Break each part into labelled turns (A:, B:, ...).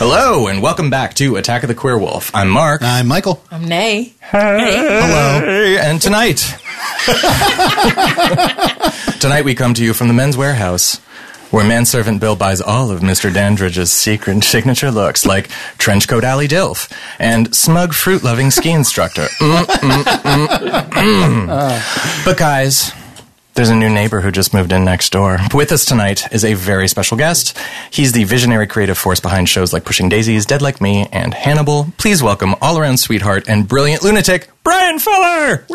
A: and welcome back to Attack of the Queer Wolf. I'm Mark.
B: I'm Michael.
C: I'm Um, Nay.
A: Hello. And tonight, tonight we come to you from the men's warehouse, where manservant Bill buys all of Mr. Dandridge's secret signature looks, like trench coat alley dilf and smug fruit loving ski instructor. Mm, mm, mm, mm. But guys. There's a new neighbor who just moved in next door. With us tonight is a very special guest. He's the visionary creative force behind shows like Pushing Daisies, Dead Like Me, and Hannibal. Please welcome all around sweetheart and brilliant lunatic, Brian Fuller!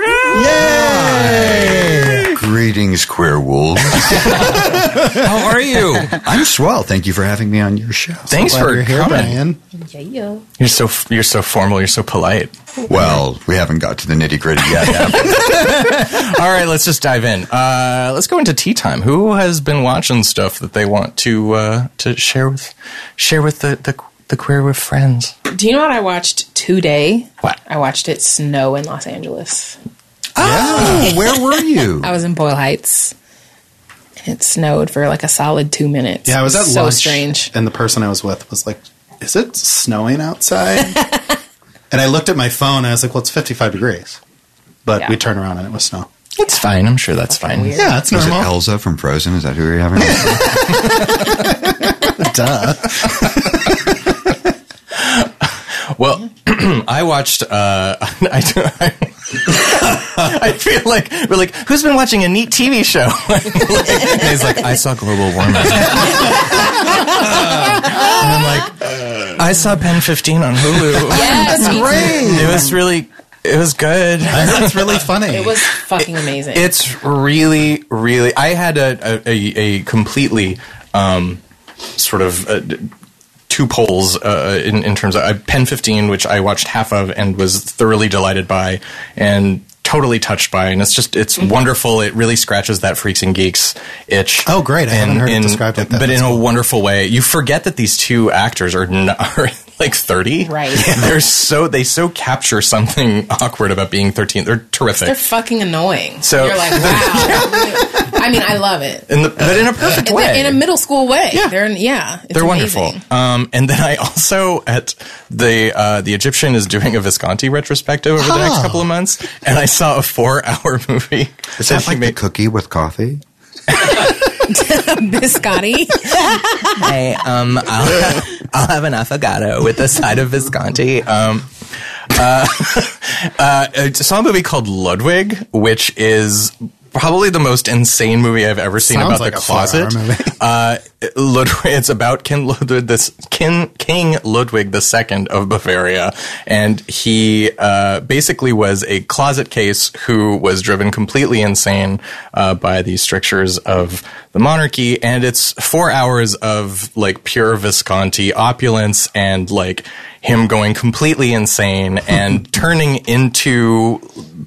D: Greetings, queer wolves.
A: How are you?
D: I'm swell. Thank you for having me on your show.
A: Thanks
B: Glad
A: for
B: you're here,
A: coming.
B: Brian.
C: Yeah, yo.
A: You're so you're so formal. You're so polite.
D: Well, we haven't got to the nitty gritty yet. have we?
A: All right, let's just dive in. Uh, let's go into tea time. Who has been watching stuff that they want to uh, to share with share with the the, the queer with friends?
C: Do you know what I watched today?
A: What?
C: I watched it snow in Los Angeles.
D: Oh, where were you?
C: I was in Boyle Heights. and It snowed for like a solid two minutes.
B: Yeah, I was at
C: so
B: lunch,
C: strange.
B: and the person I was with was like, "Is it snowing outside?" and I looked at my phone and I was like, "Well, it's 55 degrees," but
C: Yeah.
B: we turned around and it was snow.
A: It's fine. I'm sure that's fine.
C: weird.
B: Yeah, it's
D: Was it
B: normal.
D: Elsa from Frozen? Is that who you're having?
B: Duh.
A: Well, I watched. Uh, I, do- I, I feel like we're like, who's been watching a neat TV show? and he's like, I saw global warming. and I'm like, I saw Pen 15 on Hulu.
C: Yes, me
B: Great.
A: It was really, it was good.
B: That's really funny.
C: too. It was fucking amazing.
A: It's really, really. I had a a, a, a completely um, sort of uh, d- two poles uh, in in terms of uh, Pen Fifteen, which I watched half of and was thoroughly delighted by and totally touched by, and it's just it's
C: Mm-hmm.
A: wonderful. It really scratches that freaks and geeks itch.
B: Oh, great. I haven't heard it described like that.
A: But in
B: That's
A: a wonderful way, you forget that these two actors are. N- are like 30
C: Right.
A: they're so they so capture something awkward about being 13 they're terrific
C: They're fucking annoying.
A: So-
C: you're like, wow. I mean, I love it.
A: in the, but in a perfect
C: But
A: way.
C: in a middle school way.
A: Yeah.
C: They're yeah. It's
A: They're
C: amazing.
A: wonderful. Um, and then I also at the uh, the Egyptian is doing a Visconti retrospective over the next
B: Oh.
A: couple of months, and I saw a four hour movie.
D: Is that
A: she
D: like the cookie with coffee?
C: Biscotti.
A: Hey, um, I'll have, I'll have an affogato with a side of Visconti. Um, uh, uh, I saw a movie called Ludwig, which is probably the most insane movie I've ever seen
B: Sounds
A: about
B: like
A: the
B: a four-hour
A: closet.
B: movie.
A: Uh, Ludwig, it's about King Ludwig, this King, King Ludwig II of Bavaria, and he uh, basically was a closet case who was driven completely insane uh, by the strictures of the monarchy. And it's four hours of like pure Visconti opulence and like him going completely insane and turning into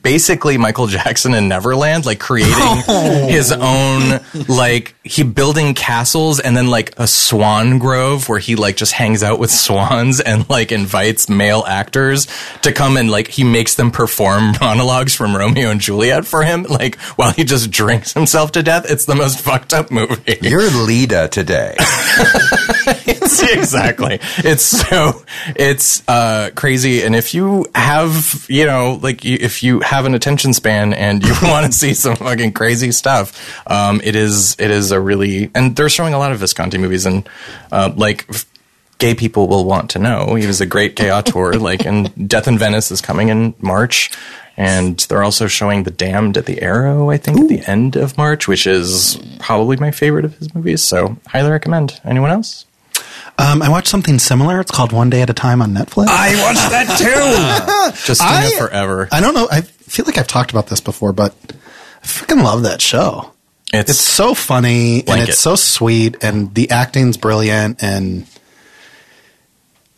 A: basically Michael Jackson in Neverland, like creating his own, like he building castles and then like a swan grove where he like just hangs out with swans and like invites male actors to come and like he makes them perform monologues from Romeo and Juliet for him, like while he just drinks himself to death. It's the most fucked up movie.
D: You're Lita today.
A: It's- exactly. It's so it's uh, crazy. And if you have, you know, like you, if you have an attention span and you want to see some fucking crazy stuff, um, it is it is a really and they're showing a lot of Visconti movies and uh, like. f- Gay people will want to know. He was a great gay auteur. like, and Death in Venice is coming in March, and they're also showing The Damned at the Arrow. I think at the end of March, which is probably my favorite of his movies. So, highly recommend. Anyone else?
B: Um, I watched something similar. It's called One Day at a Time on Netflix. Uh,
A: I watched that too. Justina
B: I-
A: forever.
B: I don't know. I feel like I've talked about this before, but I freaking love that show.
A: it's,
B: It's so funny and
A: Blanket.
B: it's so sweet and the acting's brilliant and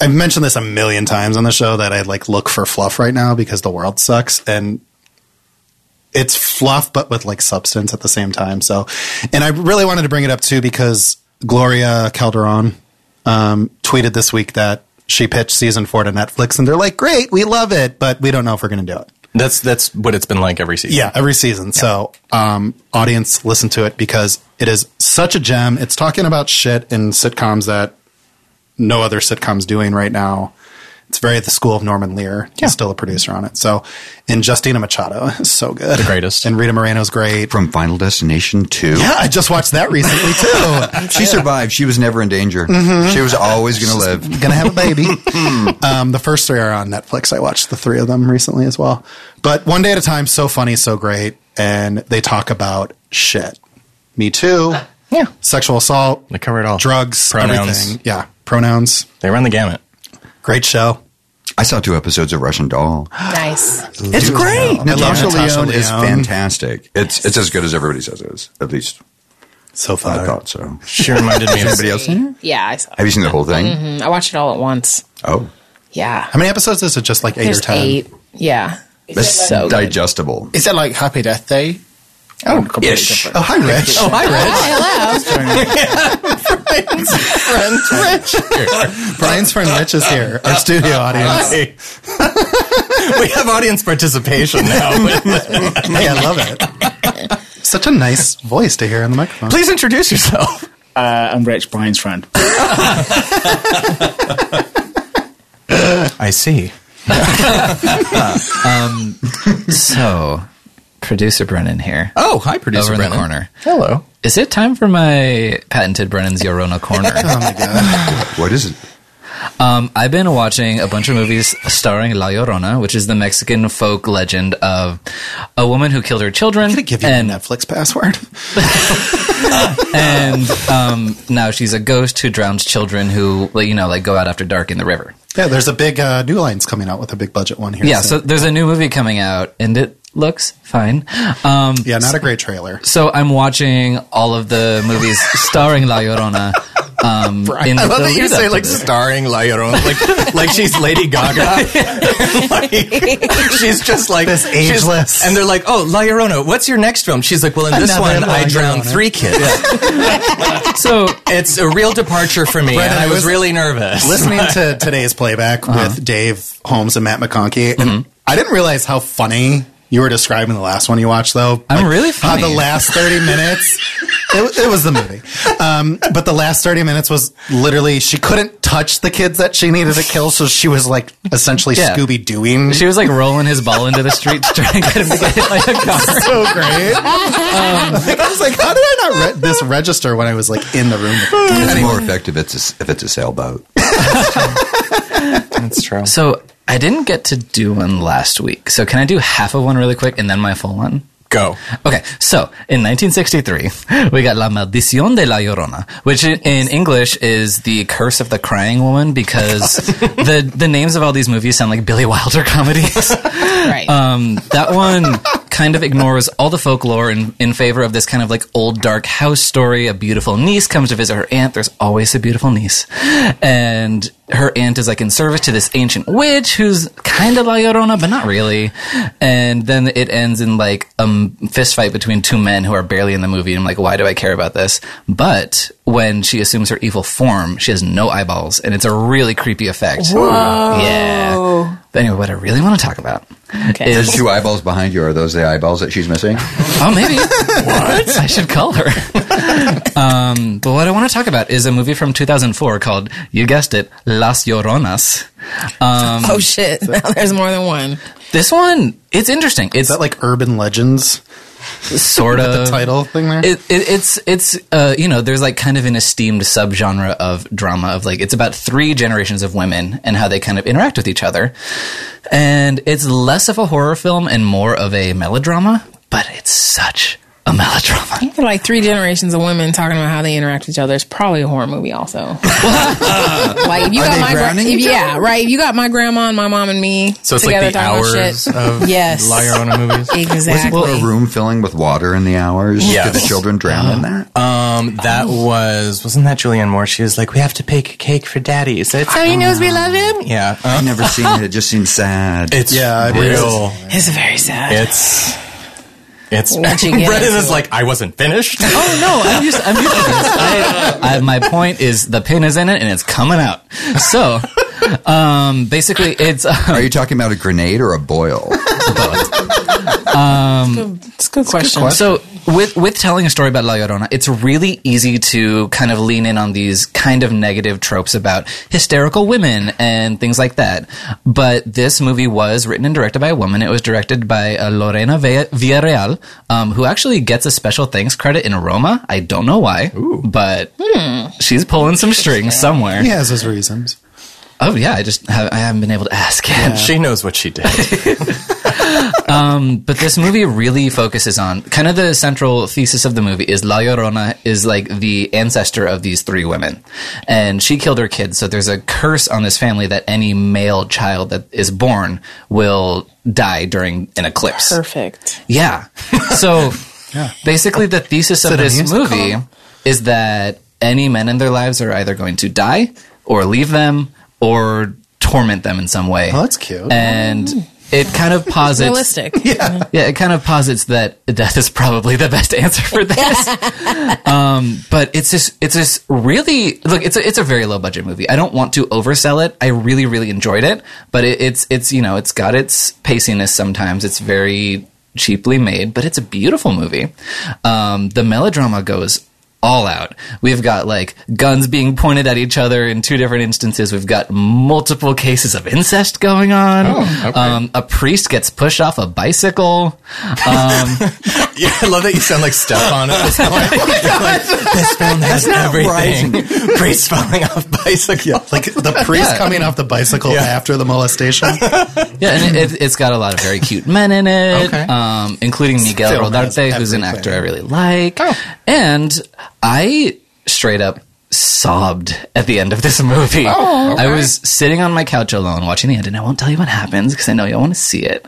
B: I've mentioned this a million times on the show that I like look for fluff right now because the world sucks and it's fluff but with like substance at the same time. So and I really wanted to bring it up too because Gloria Calderon um, tweeted this week that she pitched season four to Netflix and they're like, Great, we love it, but we don't know if we're gonna do it.
A: that's that's what it's been like every season.
B: Yeah, every season. So, um, audience, listen to it because it is such a gem. It's talking about shit in sitcoms that no other sitcoms doing right now. It's very at the school of Norman Lear.
A: Yeah.
B: He's still a producer on it. So, and Justina Machado is so good. The
A: greatest.
B: And Rita Moreno's great.
D: From Final Destination 2.
B: yeah, I just watched that recently too.
D: She survived. She was never in danger.
B: Mm-hmm.
D: She was always going to live.
B: Gonna have a baby. um, the first three are on Netflix. I watched the three of them recently as well. But One Day at a Time, so funny, so great. And they talk about shit. Me too.
A: Yeah.
B: Sexual assault.
A: They cover it all.
B: drugs,
A: Pronouns.
B: everything. Yeah, pronouns.
A: They run the gamut.
B: Great show.
D: I saw two episodes of Russian Doll.
C: Nice.
D: It's great. Natasha,
B: Oh, Natasha
D: Leone is
B: Lyonne.
D: fantastic. It's it's as good as everybody says it is. At least
B: So
D: I
B: far,
D: thought so.
A: She reminded me of
D: Anybody else seen it?
C: Yeah, I saw. mm,
D: Have you seen the whole thing?
A: Mm-hmm.
C: I watched it all at once.
D: Oh,
C: Yeah.
B: how many episodes is it? Just like eight or
C: There's
B: ten.
C: eight. Yeah.
D: it's
C: so good.
D: digestible.
E: Is that like Happy Death Day? Oh, completely
A: ish.
B: Oh, hi, Rich. Oh, hi,
C: Hi, hello.
B: Brian's friend Rich is here, our studio audience.
A: Hey. we have audience participation now.
B: Hey, I love it. Such a nice voice to hear on the microphone.
A: Please introduce yourself.
E: Uh, I'm Rich, Brian's friend.
A: I see.
F: So, producer Brennan here.
A: Oh, hi, producer
F: Over in the
A: Brennan.
F: corner.
A: Hello.
F: Is it time for my patented Brennan's Yorona
A: Um,
F: corner?
D: What is it?
F: um, I've been watching a bunch of movies starring La Llorona, which is the Mexican folk legend of a woman who killed her children.
B: I'm gonna give you
F: and,
B: a Netflix password.
F: and um, now she's a ghost who drowns children who, like, you know, like go out after dark in the river.
B: Yeah, there's a big uh, New Lines coming out with a big budget one here.
F: Yeah, so there's a new movie coming out, and it looks fine. Um,
B: yeah, not a great trailer.
F: So I'm watching all of the movies starring La Llorona. Um, in
A: I love
F: the
A: that you
F: lead-up
A: say
F: to
A: like
F: this.
A: starring La Llorona, like like she's Lady Gaga. like, she's just like
B: This
A: she's-
B: ageless.
A: and they're like, "Oh, La Llorona, what's your next film?" She's like, "Well, in this
B: Another
A: one, I
B: La
A: drowned
B: Llorona.
A: three kids.
F: So
A: It's a real departure for me, and
B: Brendan,
A: I
B: I
A: was
B: was-
A: really nervous."
B: Listening to today's playback
F: Uh-huh.
B: with Dave Holmes and Matt McConkie,
F: Mm-hmm.
B: and I didn't realize how funny you were describing the last one you watched, though.
F: I'm really funny.
B: How the last 30 minutes, it, it was the movie. Um, but the last 30 minutes was literally, she couldn't touch the kids that she needed to kill, so she was like essentially
F: Yeah.
B: Scooby Dooing.
F: she was like rolling his ball into the street to try and get him to get hit by a car.
B: so great. Like, I was like, how did I not re- this register when I was like in the room? With her?
A: Mm-hmm.
D: It's more effective if it's a, if it's a sailboat.
A: That's true.
F: So I didn't get to do one last week. So can I do half of one really quick and then my full one?
A: Go.
F: Okay, so in 1963, we got La Maldición de la Llorona, which in, in English is the curse of the crying woman because the the names of all these movies sound like Billy Wilder comedies.
C: right.
B: Uh,
F: Um, that one kind of ignores all the folklore in, in favor of this kind of like old dark house story. A beautiful niece comes to visit her aunt. There's always a beautiful niece. And her aunt is like in service to this ancient witch who's kind of La Llorona, but not really. And then it ends in like a m- fist fight between two men who are barely in the movie. And I'm like, why do I care about this? But when she assumes her evil form, she has no eyeballs. And it's a really creepy effect. Yeah. But anyway, what I really want to talk about
C: Okay.
D: There's two eyeballs behind you. Are those the eyeballs that she's missing?
F: Oh, maybe. what? I should call her. um, but what I want to talk about is a movie from 2004 called, you guessed it, Las Lloronas.
C: oh shit! Now there's more than one.
F: This one, it's interesting. It's
B: Is that like urban legends?
F: sort
B: Is that
F: of
B: the title thing there?
F: Uh, It, it, it's it's uh, you know there's like kind of an esteemed subgenre of drama of like it's about three generations of women and how they kind of interact with each other, and it's less of a horror film and more of a melodrama, but it's such a melodrama.
C: Like three generations of women talking about how they interact with each other is probably a horror movie. Also, like if you got
D: they
C: my gra-
D: drowning
C: if,
D: each
C: yeah, right. If you got my grandma and my mom and me
A: So it's
C: together
A: like the
C: talking about
A: hours
C: shit,
A: of
C: Yes.
A: La Llorona movies.
C: exactly.
D: Wasn't there a room filling with water in the hours?
A: Yes.
D: Did the children drown in that?
A: Um, that was wasn't that Julianne Moore? She was like, "We have to bake a cake for Daddy." So it's
C: so he knows we love him.
A: yeah, Uh,
D: I've never seen it. It just seems sad.
A: it's
B: Yeah, it
A: real.
C: It's very sad.
A: It's it's
C: Once you get
A: Brennan
C: into
A: is
C: it.
A: like, I wasn't finished.
F: Oh no, I'm just I'm used to this. I, I, my point is the pin is in it and it's coming out. So, um, basically, it's uh,
D: Are you talking about a grenade or a boil?
C: It's a good question.
F: so with with telling a story about La Llorona, it's really easy to kind of lean in on these kind of negative tropes about hysterical women and things like that. But this movie was written and directed by a woman. It was directed by uh, Lorena Ve- Villarreal, um, who actually gets a special thanks credit in Roma. I don't know why, but she's pulling some strings somewhere.
B: He has his reasons.
F: Oh yeah, I just have, I haven't been able to ask.
A: She knows what she did.
F: But this movie really focuses on kind of the central thesis of the movie is La Llorona is like the ancestor of these three women. And she killed her kids. So there's a curse on this family that any male child that is born will die during an eclipse.
C: Perfect.
F: Yeah. So basically, the thesis of this movie is that any men in their lives are either going to die or leave them or torment them in some way.
B: Oh, that's cute.
F: And it kind of posits.
C: Realistic.
F: Yeah, it kind of posits that death is probably the best answer for this. um, but it's just it's just really look it's a, it's a very low budget movie. I don't want to oversell it. I really really enjoyed it, but it, it's it's you know it's got its paciness sometimes. It's very cheaply made, but it's a beautiful movie. Um, the melodrama goes all out. We've got like guns being pointed at each other in two different instances. We've got multiple cases of incest going on. um, a priest gets pushed off a bicycle. Um,
A: Yeah, I love that you sound like Stefan at this
C: Oh
A: point. You're like, this film has everything. Priests falling off bicycle.
B: Like the priest coming off the bicycle after the molestation.
F: Yeah, and it, it, it's got a lot of very cute men in it,
A: Okay.
F: um, including Miguel
B: film has
F: Rodarte, who's
B: everything.
F: an
B: Oh.
F: actor I really like. And I straight up sobbed at the end of this movie.
B: Oh,
F: I was sitting on my couch alone watching the end, and I won't tell you what happens because I know you want to see it.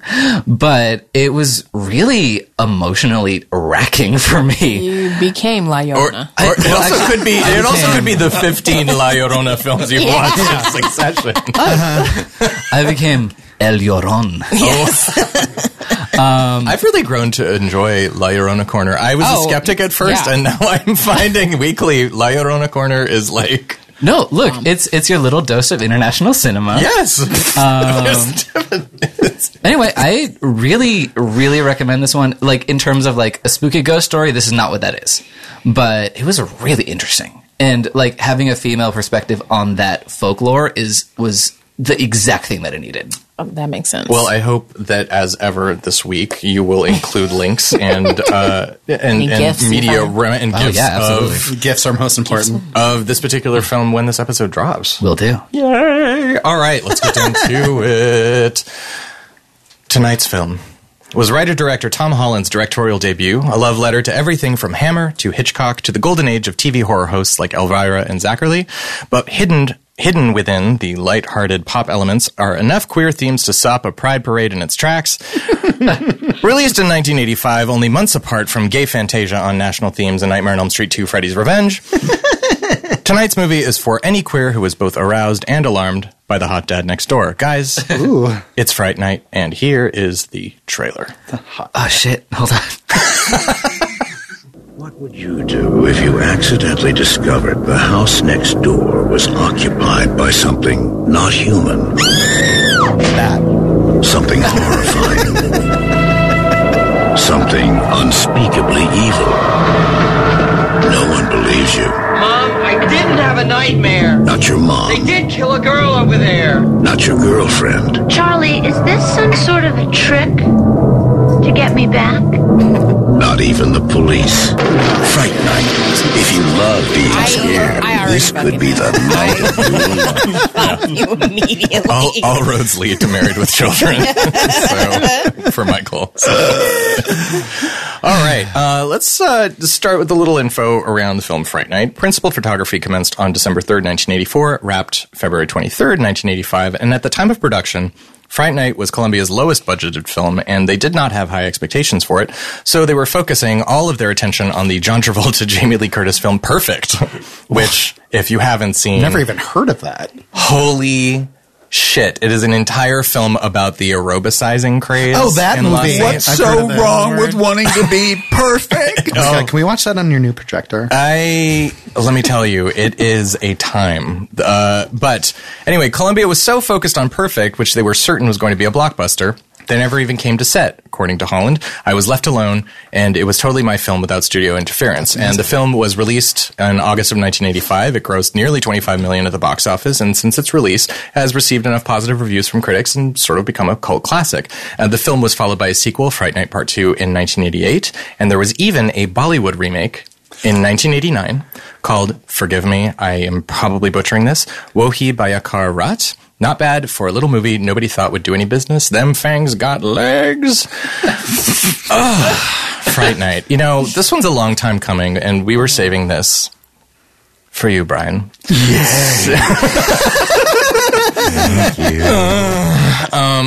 F: But it was really emotionally wracking for me.
C: You became La
A: Or, or
C: Llorona.
A: it also could be it also
F: became-
A: could be the 15 La Llorona films you've watched in succession.
F: Oh, I became El Lloron.
A: I've really grown to enjoy La Llorona Corner. I was
F: Oh,
A: a skeptic at first,
F: yeah.
A: and now I'm finding weekly La Llorona Corner is like,
F: No, look,
B: Um.
F: it's it's your little dose of international cinema.
A: yes. Um,
F: Anyway, I really, really recommend this one. Like in terms of like a spooky ghost story, this is not what that is, but it was really interesting. And like having a female perspective on that folklore is was the exact thing that I needed.
C: Oh, that makes sense.
A: Well, I hope that as ever this week you will include links and uh, and, and,
C: gifts and
A: media
C: fun.
A: re- and gifts
F: Oh, yeah, absolutely.
A: of
B: Gifts are most important.
A: of this particular film when this episode drops.
F: Will do.
A: Yay! All right, let's get down to it. Tonight's film was writer director Tom Holland's directorial debut, a love letter to everything from Hammer to Hitchcock to the golden age of TV horror hosts like Elvira and Zachary, but hidden hidden within the light-hearted pop elements are enough queer themes to stop a pride parade in its tracks. Released in 1985, only months apart from Gay Fantasia on national themes and Nightmare on Elm Street 2 Freddy's Revenge, Tonight's movie is for any queer who is both aroused and alarmed by the hot dad next door. Guys, it's Fright Night, and here is the trailer.
F: Oh shit! Hold on.
G: What would you do if you accidentally discovered the house next door was occupied by something not human? Something horrifying. something unspeakably evil. No one believes you.
H: Mom, I didn't have a nightmare.
G: Not your
H: They
G: mom.
H: did kill a girl over there.
G: Not your girlfriend.
I: Charlie, is this some sort of a trick to get me back?
G: Not even the police. Fright Night. If you love being scared,
C: I already
G: this could
C: fucking
G: be the night of your life.
C: you immediately.
A: All, all roads lead to Married with Children so, for Michael. So. All right, uh, let's uh, just start with a little info around the film Fright Night. Principal photography commenced on December 3rd, 1984, wrapped February 23rd, 1985, and at the time of production, Fright Night was Columbia's lowest budgeted film, and they did not have high expectations for it, so they were focusing all of their attention on the John Travolta Jamie Lee Curtis film Perfect, which, if you haven't seen,
B: Never even heard of that.
A: Holy shit. It is an entire film about the aerobicizing craze.
B: Oh, that
A: in Los
B: movie.
A: Angeles.
B: I've heard
D: so
B: of that.
D: wrong with wanting to be perfect?
B: Okay, can we watch that on your new projector?
A: I let me tell you, it is a time. Uh, but anyway, Columbia was so focused on Perfect, which they were certain was going to be a blockbuster, They never even came to set, according to Holland. I was left alone, and it was totally my film without studio interference. And the film was released in August of 1985. It grossed nearly 25 million at the box office, and since its release, has received enough positive reviews from critics and sort of become a cult classic. Uh, the film was followed by a sequel, Fright Night Part 2, in 1988, and there was even a Bollywood remake in 1989 called Forgive Me, I am probably butchering this, Wohi Bayakar Rat. Not bad for a little movie nobody thought would do any business. Them fangs got legs. Ugh, Fright Night. You know, this one's a long time coming, and we were saving this for you, Brian.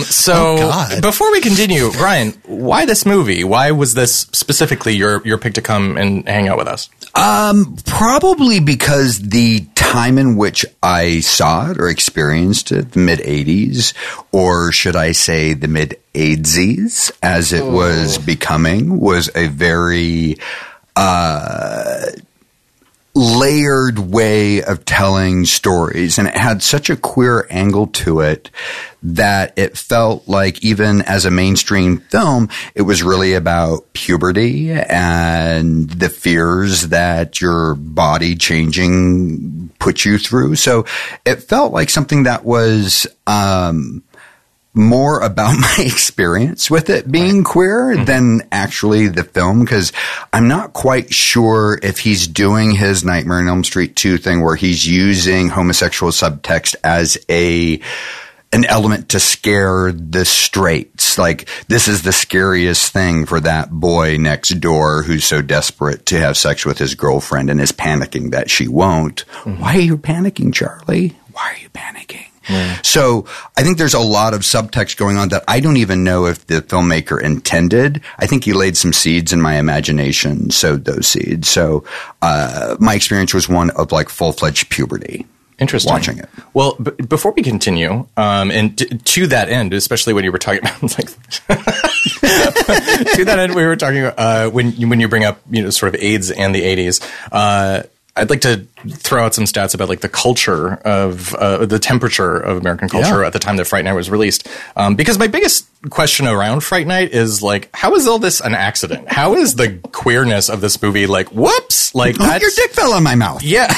A: So
B: God.
A: before we continue, Brian, why this movie? Why was this specifically your, your pick to come and hang out with us?
D: Probably because the time in which I saw it or experienced it, the mid 80s, or should I say the mid 80s, as it was becoming, was a very layered way of telling stories and it had such a queer angle to it that it felt like even as a mainstream film it was really about puberty and the fears that your body changing put you through so it felt like something that was um more about my experience with it being queer than actually the film because I'm not quite sure if he's doing his Nightmare on Elm Street 2 thing where he's using homosexual subtext as a an element to scare the straights. Like this is the scariest thing for that boy next door who's so desperate to have sex with his girlfriend and is panicking that she won't.
A: Mm-hmm.
D: Why are you panicking, Charlie? Why are you panicking? So I think there's a lot of subtext going on that I don't even know if the filmmaker intended. I think he laid some seeds in my imagination, sowed those seeds. So uh, my experience was one of like full fledged puberty.
A: Interesting.
D: Watching it.
A: Well, b- before we continue, um, and t- to that end, especially when you were talking about like to that end, we were talking uh, when you- when you bring up you know sort of AIDS and the eighties. Uh, I'd like to throw out some stats about like the culture of uh, the temperature of American culture at the time that Fright Night was released, um, because my biggest question around Fright Night is like, how is all this an accident? How is the queerness of this movie like? Whoops! Like
D: Oh, your
A: that's-
D: dick fell in my mouth.
A: Yeah.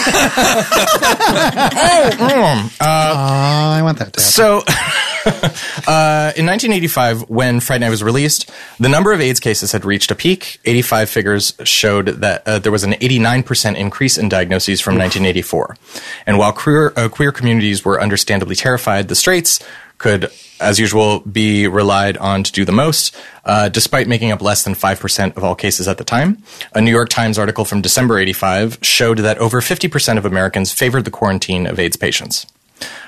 A: Mm.
B: Oh, I want that to happen.
A: So, uh, in 1985, when Friday Night was released, the number of AIDS cases had reached a peak. 85 figures showed that uh, there was an 89% increase in diagnoses from 1984. And while queer, uh, queer communities were understandably terrified, the straights could, as usual, be relied on to do the most, uh, despite making up less than 5% of all cases at the time. A New York Times article from December 85 showed that over 50% of Americans favored the quarantine of AIDS patients.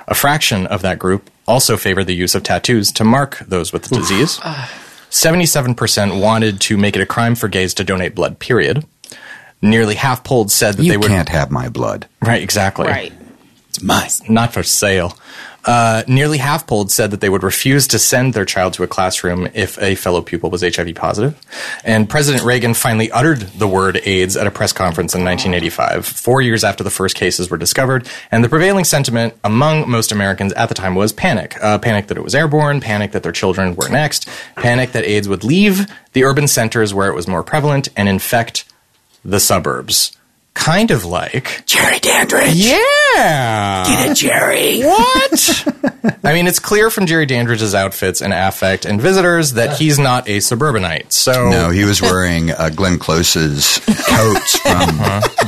A: A fraction of that group also favored the use of tattoos to mark those with the disease.
D: Ah.
A: 77% wanted to make it a crime for gays to donate blood, period. Nearly half polled said that
D: You
A: they would.
D: can't have my blood.
A: Right, exactly.
C: Right.
A: It's mine. Not for sale. Uh, nearly half polled said that they would refuse to send their child to a classroom if a fellow pupil was HIV positive. And President Reagan finally uttered the word AIDS at a press conference in 1985, four years after the first cases were discovered. And the prevailing sentiment among most Americans at the time was panic uh, panic that it was airborne, panic that their children were next, panic that AIDS would leave the urban centers where it was more prevalent and infect the suburbs. Kind of like Jerry Dandridge. Yeah. Get it, Jerry. What? I mean, it's clear from Jerry Dandridge's outfits and affect and visitors that he's not a suburbanite. So
D: No, he was wearing uh, Glenn Close's coats from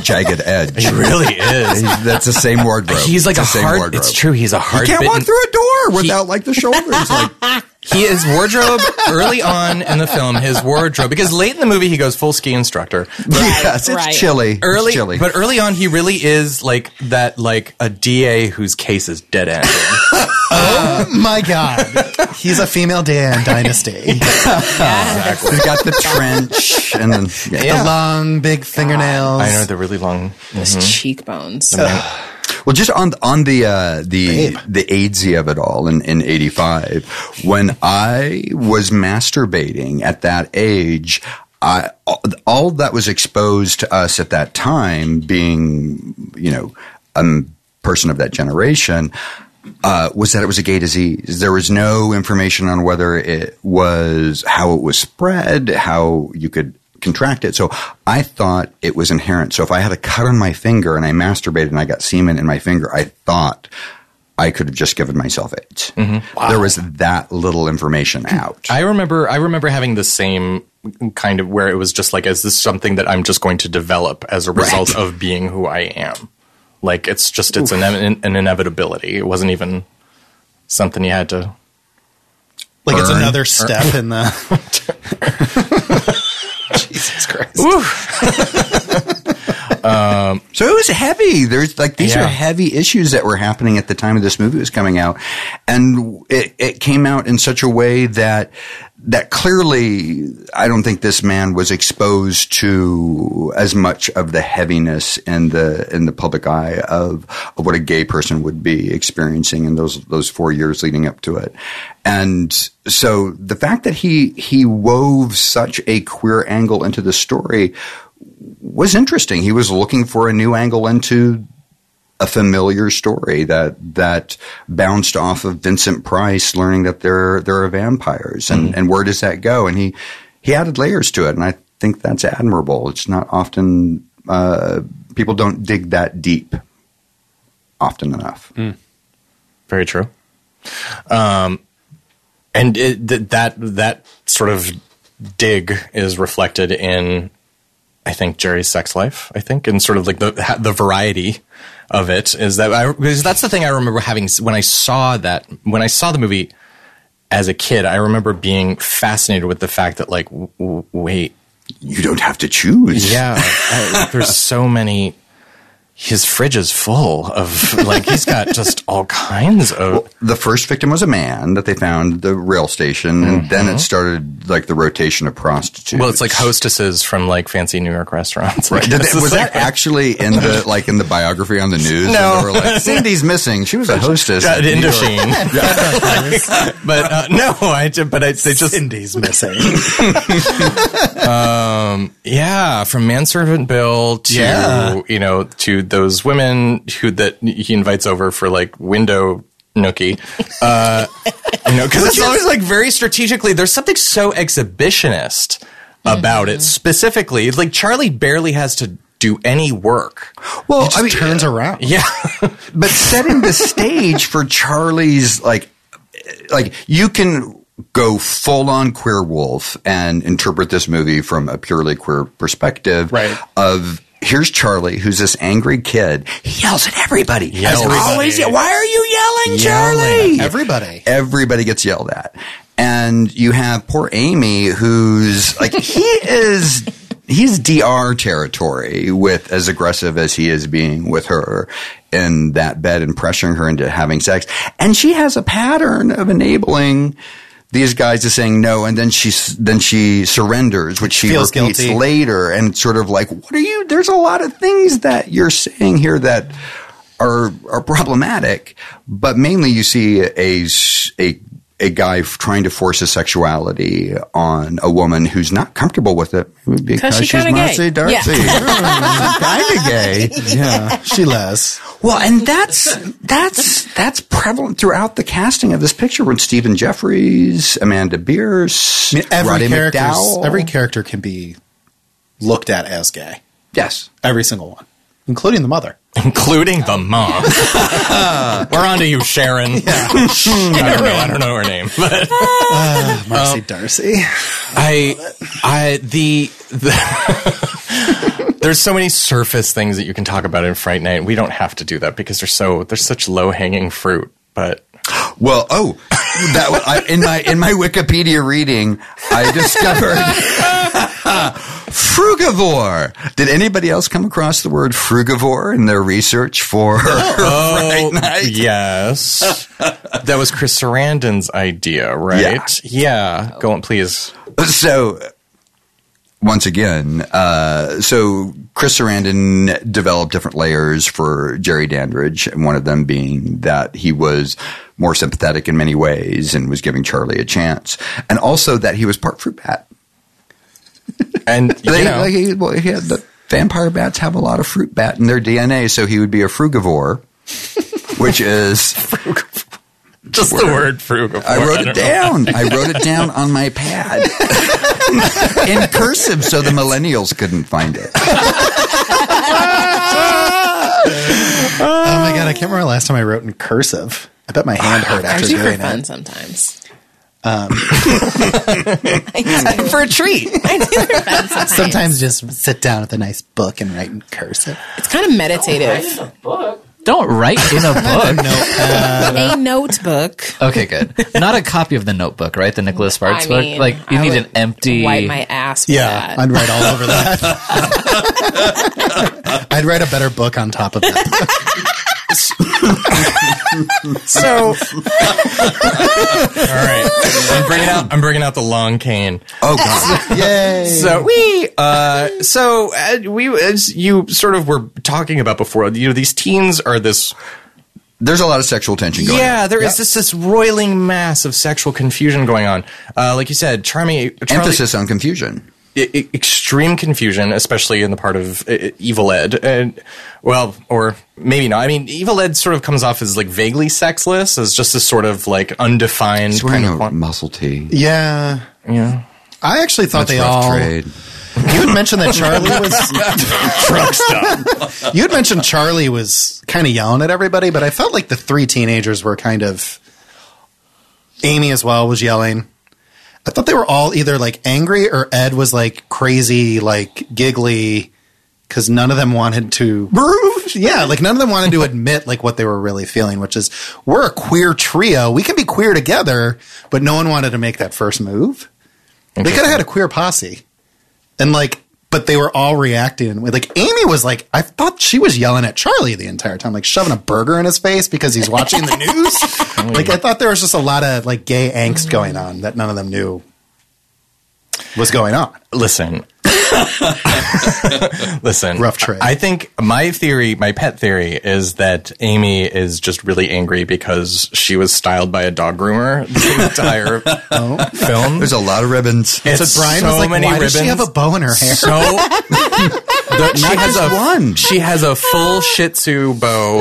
D: Jagged Edge.
A: Uh-huh. he really is.
D: He's- That's the same wardrobe.
A: He's like
D: It's
A: a
D: the same
A: hard.
D: wardrobe.
A: It's true. He's a hard.
D: You can't walk
A: bitten-
D: through a door without like the shoulders. Like
A: He is wardrobe early on in the film. His wardrobe because late in the movie he goes full ski instructor.
D: yes, it's
C: right.
D: chilly.
A: early,
D: it's chilly.
A: but early on, he really is like that, like a DA whose case is dead ended.
B: my God, he's a female Dan dynasty.
D: He's got the trench and then yeah.
B: The long, big fingernails.
A: I know they're really long.
C: His cheekbones.
D: Well, just on on the uh, the
B: Babe.
D: the AIDSy of it all in in '85, when I was masturbating at that age. I, all- all that was exposed to us at that time, being, you know, a person of that generation, uh, was that it was a gay disease. There was no information on whether it was how it was spread, how you could contract it. So I thought it was inherent. So if I had a cut on my finger and I masturbated and I got semen in my finger, I thought I could have just given myself AIDS. There was that little information out.
A: I remember I remember having the same kind of where it was just like, is this something that I'm just going to develop as a result of being who I am? Like it's just it's an, an inevitability. It wasn't even something you had to.
B: Like it's
D: Burn.
B: another step in the. Jesus Christ.
D: So it was heavy. There's like these
A: Yeah.
D: are heavy issues that were happening at the time of this movie was coming out, and it, it came out in such a way that that clearly I don't think this man was exposed to as much of the heaviness in the in the public eye of, of what a gay person would be experiencing in those those four years leading up to it, and so the fact that he he wove such a queer angle into the story was interesting. He was looking for a new angle into a familiar story that that bounced off of Vincent Price learning that there there are vampires and,
A: Mm-hmm.
D: and where does that go? And he he added layers to it, and I think that's admirable. It's not often uh, people don't dig that deep often enough.
A: Mm. Very true. Um, and it, th- that that sort of dig is reflected in, I think Jerry's sex life. I think, and sort of like the ha- the variety of it is that I, because that's the thing I remember having s- when I saw that when I saw the movie as a kid. I remember being fascinated with the fact that like w- w- wait
D: You don't have to choose.
A: yeah, I- there's so many. His fridge is full of like he's got just all kinds of.
D: the first victim was a man that they found at the rail station, and then it started like the rotation of prostitutes.
A: Mm-hmm. Well, it's like hostesses from like fancy New York restaurants. Right.
D: Did that, was that actually in the like in the biography on the news?
A: No.
D: And they were like, Cindy's missing. She was a hostess. at New York."
A: Indochine? but uh, no, I. ju- But I, they just
B: Cindy's missing.
A: yeah, from manservant Bill to
B: Yeah.
A: you know to those women who that he invites over for like window nookie. Uh, you know, because it's always like very strategically. There's something so exhibitionist about
B: Mm-hmm.
A: it specifically. Like Charlie barely has to do any work.
D: Well, I
B: Just
D: mean,
B: turns around.
A: Yeah.
D: but setting the stage for Charlie's like, like you can go full on queer wolf and interpret this movie from a purely queer perspective.
B: Right.
D: Of here's Charlie, who's this angry kid. He yells at everybody. As
A: Everybody.
D: always, why are you yelling, Charlie?
B: Everybody.
D: everybody gets yelled at. And you have poor Amy, who's like, he is, he's DR territory with as aggressive as he is being with her in that bed and pressuring her into having sex. And she has a pattern of enabling these guys to saying no. And then she, then she surrenders, which she
B: Feels
D: repeats
B: guilty.
D: later and sort of like, what are you, there's a lot of things that you're saying here that, are are problematic, but mainly you see a s- a a guy f- trying to force his sexuality on a woman who's not comfortable with it because
C: she's
D: she's
C: kinda gay.
D: Nazi
C: Yeah.
D: Darcy, kind of gay.
B: Yeah. She les.
D: Well, and that's that's that's prevalent throughout the casting of this picture when Stephen Jeffries, Amanda Beers,
B: I mean, every
D: Roddy
B: character,
D: McDowell,
B: every character can be looked at as gay.
D: yes,
B: Every single one, including the mother.
A: including the mom. We're on to you, Sharon. I, don't know, I don't know her name, but
B: Marcy Darcy.
A: I, I the, the there's so many surface things that you can talk about in Fright Night. We don't have to do that because they're so they're such low hanging fruit. But
D: Well, oh, that was, I, in my in my Wikipedia reading, I discovered frugivore. Did anybody else come across the word frugivore in their research for?
A: oh yes, that was Chris Sarandon's idea, right? Yeah, go on, please.
D: so once again, uh, so Chris Sarandon developed different layers for Jerry Dandridge, and one of them being that he was more sympathetic in many ways and was giving Charlie a chance, and also that he was part fruit bat.
A: And you
D: They,
A: know,
D: like, he, well, he had the vampire bats have a lot of fruit bat in their DNA, so he would be a frugivore, which is
A: Just the word frugal.
D: I wrote
A: don't know.
D: it down. I wrote it down on my pad in cursive so the millennials couldn't find it.
B: Oh my god, I can't remember last time I wrote in cursive. I bet my hand hurt
C: I
B: after
C: do for
B: doing
C: fun
B: it. Um,
C: sometimes.
B: For a treat. Sometimes just sit down with a nice book and write in cursive.
C: It's kind of meditative.
F: Don't write in a book.
B: Oh,
C: a notebook.
F: Okay, good. Not a copy of the notebook, right? The Nicholas Sparks
C: I
F: book.
C: mean,
F: Like you
C: I
F: need
C: would
F: an empty
C: Wipe my ass. With
B: Yeah,
C: that.
B: I'd write all over that. I'd write a better book on top of that.
A: So, all right, I'm bringing out I'm bringing out the long cane.
D: Oh god.
B: Yay!
A: So we, uh, so uh, we, as you sort of were talking about before, you know, these teens are this.
D: There's a lot of sexual tension going on.
A: Yeah, there is just this roiling mass of sexual confusion going on. Uh, like you said, Charmy, Charlie,
D: Emphasis on confusion.
A: e- e- extreme confusion, especially in the part of uh, Evil Ed, and well, or maybe not. I mean, Evil Ed sort of comes off as like vaguely sexless, as just this sort of like undefined
D: He's wearing
A: kind
D: a
A: of want-
D: muscle tee.
B: Yeah,
A: yeah.
B: I actually thought they
D: Rough
B: all.
D: trade.
B: You had mentioned that Charlie was truck stop. You had mentioned Charlie was kind of yelling at everybody, but I felt like the three teenagers were kind of. Amy as well was yelling. I thought they were all either like angry or Ed was like crazy, like giggly, because none of them wanted to. Yeah, like none of them wanted to admit like what they were really feeling, which is we're a queer trio. We can be queer together, but no one wanted to make that first move. They could have had a queer posse and like but they were all reacting in a way- like amy was like i thought she was yelling at charlie the entire time like shoving a burger in his face because he's watching the news like i thought there was just a lot of like gay angst going on that none of them knew was going on
A: listen. listen.
B: Rough trade.
A: I think my theory, my pet theory, is that Amy is just really angry because she was styled by a dog groomer the entire
B: Oh.
A: film.
D: There's a lot of ribbons.
A: It's
B: so brian
A: so
B: was like
A: many
B: why
A: ribbons.
B: does she have a bow in her hair
A: So the- she has
D: just
A: a
D: one.
A: She has a full Shih Tzu bow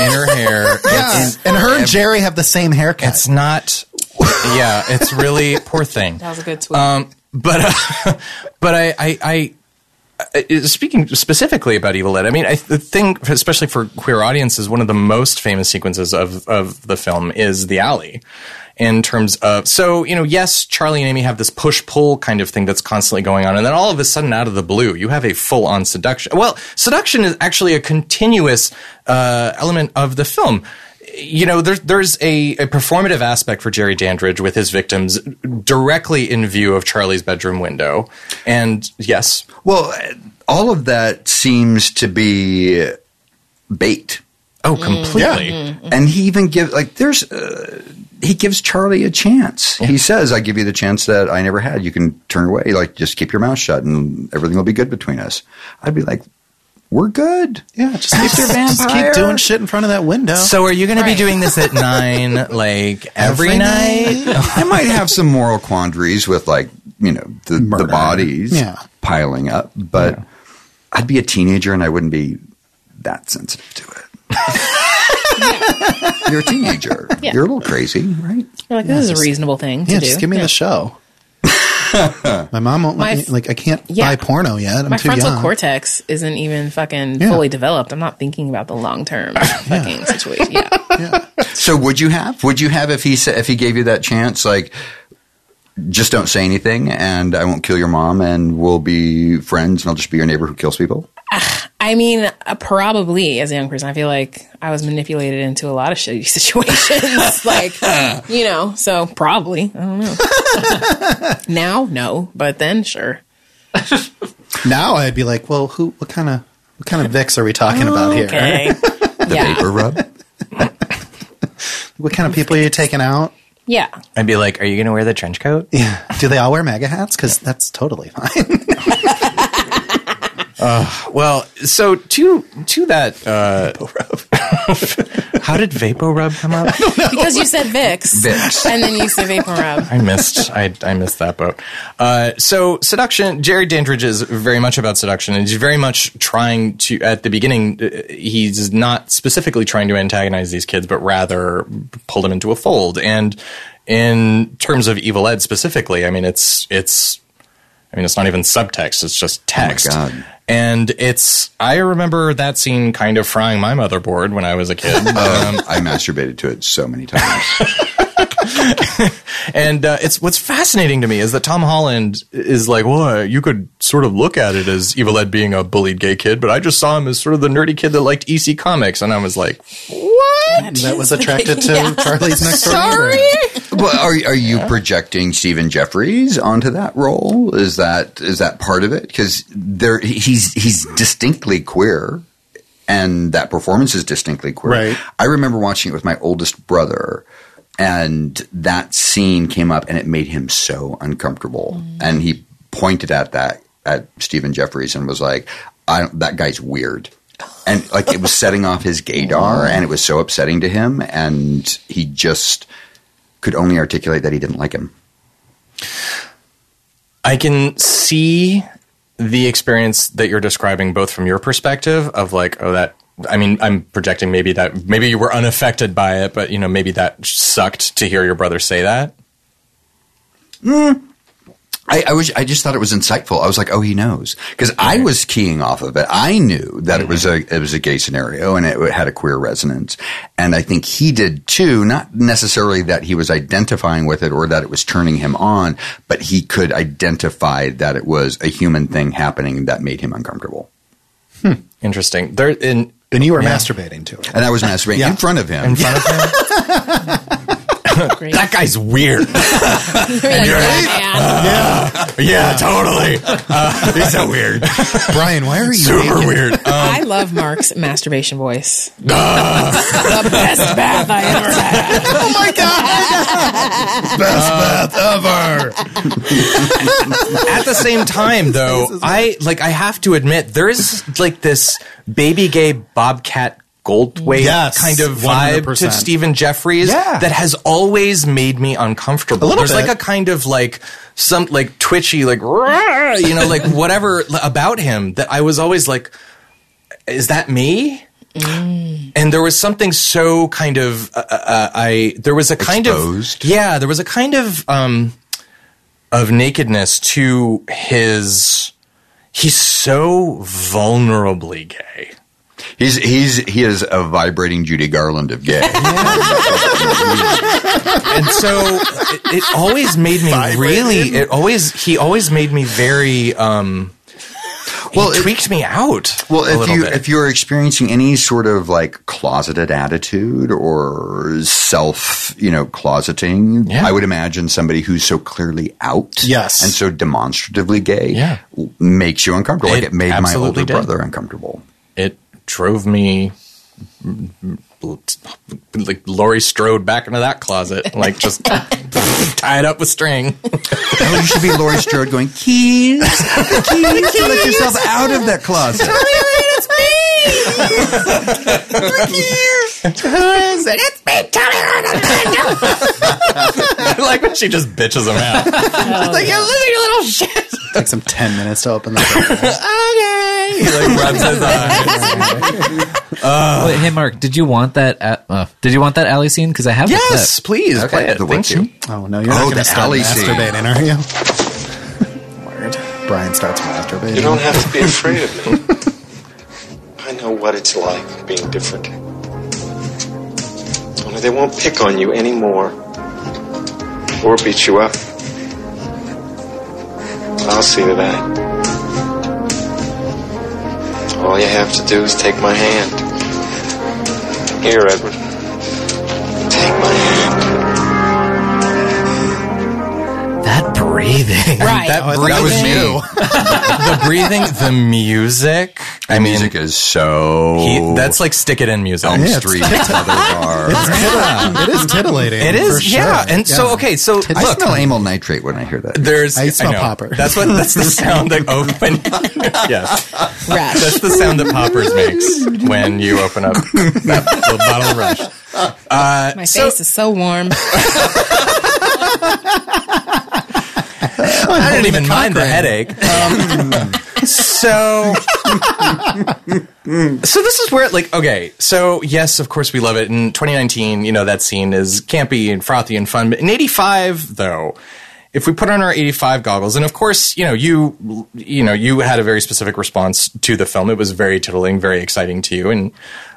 A: in her hair.
B: yeah.
A: It's,
B: and her and jerry have the same haircut
A: it's not. Yeah, it's really poor thing. Um,
C: that was a good tweet.
B: Um,
A: but uh, but I I. I uh, Speaking specifically about Evil Dead, I mean, I th- the thing, especially for queer audiences, one of the most famous sequences of, of the film is the alley. In terms of, so you know, yes, Charlie and Amy have this push pull kind of thing that's constantly going on, and then all of a sudden, out of the blue, you have a full on seduction. Well, seduction is actually a continuous uh, element of the film you know, there's there's a, a performative aspect for Jerry Dandridge with his victims directly in view of Charlie's bedroom window, and yes,
D: Well, all of that seems to be bait.
A: oh, completely,
D: and he even gives like there's uh, he gives Charlie a chance. He says, "I give you the chance that I never had. You can turn away. Like just keep your mouth shut, and everything will be good between us." I'd be like, "We're good."
B: yeah just keep,
D: They're
B: just keep
D: vampire.
B: doing shit in front of that window
A: So are you going to be doing this at nine, like every, night?
D: I might have some moral quandaries with like you know the, the bodies
B: Yeah.
D: piling up, but I'd be a teenager and I wouldn't be that sensitive to it. You're a teenager. You're a little crazy, right?
C: You're like, this is a reasonable thing to
B: yeah
C: do.
B: just give me
C: Yeah.
B: the show my mom won't
C: My
B: let me
C: f-
B: like i can't
C: Yeah.
B: buy porno yet i'm
C: My
B: too
C: frontal
B: young
C: cortex isn't even fucking
B: Yeah.
C: fully developed. I'm not thinking about the long term fucking situation. Yeah.
D: So would you have? Would you have if he sa- if he gave you that chance? Like, just don't say anything, and I won't kill your mom, and we'll be friends, and I'll just be your neighbor who kills people.
C: I mean, uh, probably as a young person, I feel like I was manipulated into a lot of shitty situations. like, you know, so probably. I don't know. now, no, but then, sure.
B: Now I'd be like, well, who? What kind of what kind of Vicks are we talking about here?
C: Okay. yeah.
D: Vapor rub.
B: What kind of people are you taking out?
C: Yeah.
A: I'd be like, are you going to wear the trench coat?
B: Yeah. Do they all wear MAGA hats? Because that's totally fine.
A: Well, so to to that uh, How did Vapo Rub come up?
C: Because you said Vicks.
D: Vicks.
C: And then you said Vapor Rub.
A: I missed. I, I missed that boat. Uh, so seduction. Jerry Dandridge is very much about seduction, and he's very much trying to. At the beginning, uh, he's not specifically trying to antagonize these kids, but rather pull them into a fold. And in terms of Evil Ed specifically, I mean, it's it's. I mean, it's not even subtext. It's just text.
D: God.
A: And it's, I remember that scene kind of frying my motherboard when I was a kid. um,
D: I masturbated to it so many times.
A: And uh, it's what's fascinating to me is that Tom Holland is like, well, uh, you could sort of look at it as Evil Ed being a bullied gay kid, but I just saw him as sort of the nerdy kid that liked EC Comics, and I was like,
B: that was attracted to Charlie's next door neighbor.
C: Sorry.
D: well, are are you projecting Stephen Jeffries onto that role? Is that is that part of it? Because there he's he's distinctly queer, and that performance is distinctly queer.
B: Right.
D: I remember watching it with my oldest brother, and that scene came up, and it made him so uncomfortable, and he pointed at that at Stephen Jeffries and was like, "I don't, that guy's weird." And like it was setting off his gaydar, and it was so upsetting to him, and he just could only articulate that he didn't like him.
A: I can see the experience that you're describing both from your perspective of like, oh, that. I mean, I'm projecting maybe that maybe you were unaffected by it, but you know, maybe that sucked to hear your brother say that.
D: I, I was I just thought it was insightful. I was like, oh, he knows because I was keying off of it. I knew that it was a it was a gay scenario and it had a queer resonance, and I think he did too. Not necessarily that he was identifying with it or that it was turning him on, but he could identify that it was a human thing happening that made him uncomfortable.
A: Interesting. There in
B: And you were masturbating to it.
D: And I was masturbating in front of him.
A: in front of him.
C: Great.
A: That guy's weird.
C: You're like, yeah, man.
A: yeah, totally. Uh, he's so weird.
B: Brian, why are you
A: Super weird.
C: I love Mark's masturbation voice. the best bath I ever had.
B: Oh my god!
A: At the same time, though, I like. I have to admit, there is like this baby gay Bobcat Goldthwait
B: Yes,
A: kind of vibe to
B: 100%.
A: Stephen Jeffries
B: Yeah.
A: that has always made me uncomfortable.
B: little
A: There's
B: bit.
A: like a kind of like some like twitchy like "Rah," you know like whatever about him that I was always like, is that me? and there was something so kind of uh, uh, I there was a kind
D: Exposed.
A: of yeah there was a kind of um of nakedness to his he's so vulnerably gay
D: He's he's he is a vibrating Judy Garland of gay.
A: and so it, it always made me really it always he always made me very um well
D: Well,
A: it
D: it-
A: tweaked me out
D: Well,
A: a
D: if
A: little
D: you
A: bit.
D: if you're experiencing any sort of like closeted attitude or self, you know, closeting,
A: Yeah.
D: I would imagine somebody who's so clearly out,
B: Yes.
D: and so demonstratively gay,
A: Yeah.
D: w- makes you uncomfortable.
A: It
D: like it made my
A: absolutely
D: older
A: did.
D: brother uncomfortable.
A: it drove me like Laurie Strode back into that closet, like just tied up with string.
D: oh, you should be Laurie Strode going keys, the keys, to let yourself out of that closet.
A: I like when she just bitches him out.
C: Oh
B: Takes him ten minutes to open the door.
A: He like rubs his eyes.
F: Wait, hey Mark, did you want that? a- Uh, did you want that alley scene? Because I have that
A: Yes,
F: clip.
A: please
D: Okay,
A: play it.
D: the
A: Thank
D: wiki.
A: you.
B: Oh no, you're not going
D: the
B: to start
D: alley scene.
B: masturbating, are you? Weird. Brian starts masturbating.
J: You don't have to be afraid of me. I know what it's like being different. Only they won't pick on you anymore or beat you up. I'll see to that. All you have to do is take my hand. Here, Edward. Take my hand.
F: That breathing.
C: Right.
A: That breathing, the breathing, the music. I mean,
D: music is so.
A: he, that's like stick it in music.
D: Elm
B: Yeah, it's-
D: Street. Mother Bar.
B: it is titillating.
A: It is,
B: for sure.
A: yeah. And so, okay, so
D: I
A: look,
D: smell amyl nitrate when I hear that.
A: there's
B: I smell
A: know.
B: popper.
A: That's what that's the sound that oh, when yes,
C: Rush.
A: that's the sound that poppers makes when you open up that little bottle of rush.
C: My
A: so-
C: face is so warm.
A: I didn't even mind the headache. Um, so, so this is where, like, okay, so yes, of course, we love it. In 2019, you know, that scene is campy and frothy and fun. But in 85, though, if we put on our 85 goggles, and of course, you know, you, you know, you had a very specific response to the film. It was very titillating, very exciting to you, and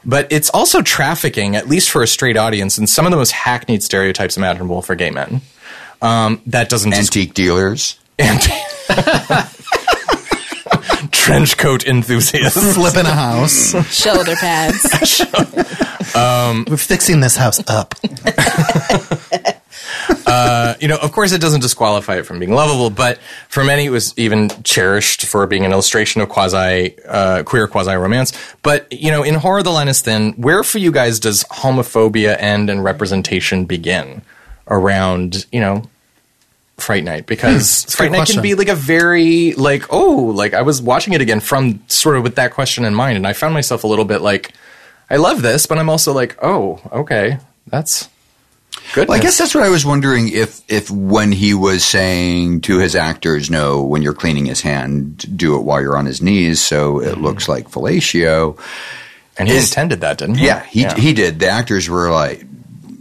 A: but it's also trafficking, at least for a straight audience, in some of the most hackneyed stereotypes imaginable for gay men. Um, that doesn't just
D: Antique dealers.
A: trench coat enthusiast.
B: Flipping a house.
C: Shoulder pads.
B: We're fixing this house up.
A: you know, of course, it doesn't disqualify it from being lovable, but for many, it was even cherished for being an illustration of quasi uh, queer quasi romance. But you know, in horror, the line is thin. Where for you guys does homophobia end and representation begin around you know Fright Night? Because Fright
B: Hmm, good
A: Night
B: question.
A: can be like a very like oh like I was watching it again from sort of with that question in mind, and I found myself a little bit like I love this, but I'm also like oh okay that's. Goodness.
D: Well, I guess that's what I was wondering if if when he was saying to his actors, no, when you're cleaning his hand, do it while you're on his knees, so it looks like fellatio.
A: And he
D: Is-
A: intended that, didn't he?
D: Yeah, he he did. The actors were like,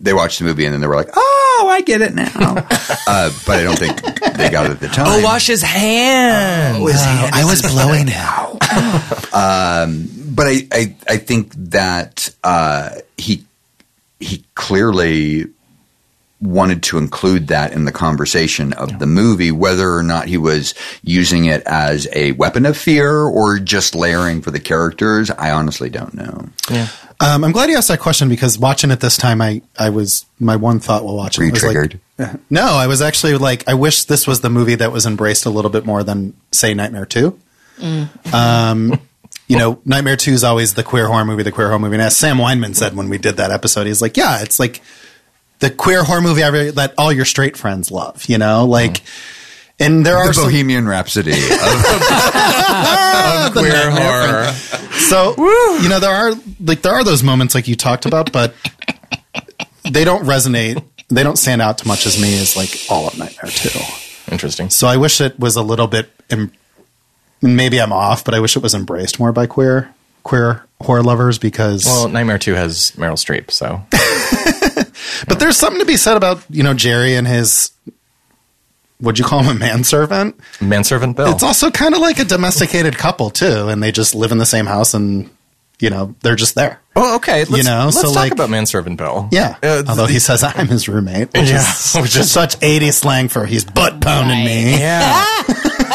D: they watched the movie and then they were like, oh, I get it now. uh, but I don't think they got it at the time.
A: Oh, wash his hands.
C: Oh,
B: I was blowing out.
D: but I, I, I think that uh, he he clearly wanted to include that in the conversation of the movie, whether or not he was using it as a weapon of fear or just layering for the characters. I honestly don't know.
B: Um, I'm glad you asked that question because watching it this time, I, I was my one thought while watching it was like,
D: Re-triggered.
B: no, I was actually like, I wish this was the movie that was embraced a little bit more than say Nightmare Two. Um, you know, Nightmare Two is always the queer horror movie, the queer horror movie. And as Sam Weinman said when we did that episode, he's like, yeah, it's like the queer horror movie I re- that all your straight friends love. You know, like, and there are
D: The
B: some,
D: Bohemian Rhapsody. of-
A: queer horror.
B: So you know there are like there are those moments like you talked about, but they don't resonate. They don't stand out to much as me as like all of Nightmare Two.
A: Interesting.
B: So I wish it was a little bit. Em- maybe I'm off, but I wish it was embraced more by queer queer horror lovers because.
A: Well, Nightmare 2 has Meryl Streep, so.
B: but there's something to be said about you know Jerry and his. Would you call him a manservant?
A: Manservant Bill.
B: It's also kind of like a domesticated couple too, and they just live in the same house, and you know they're just there.
A: oh, okay. Let's,
B: you know,
A: let's
B: so,
A: talk
B: like-
A: about Manservant Bill.
B: Yeah.
A: Uh,
B: Although he says I'm his roommate, which
A: Yeah.
B: is which is such 80 slang for he's butt pounding me.
A: Yeah.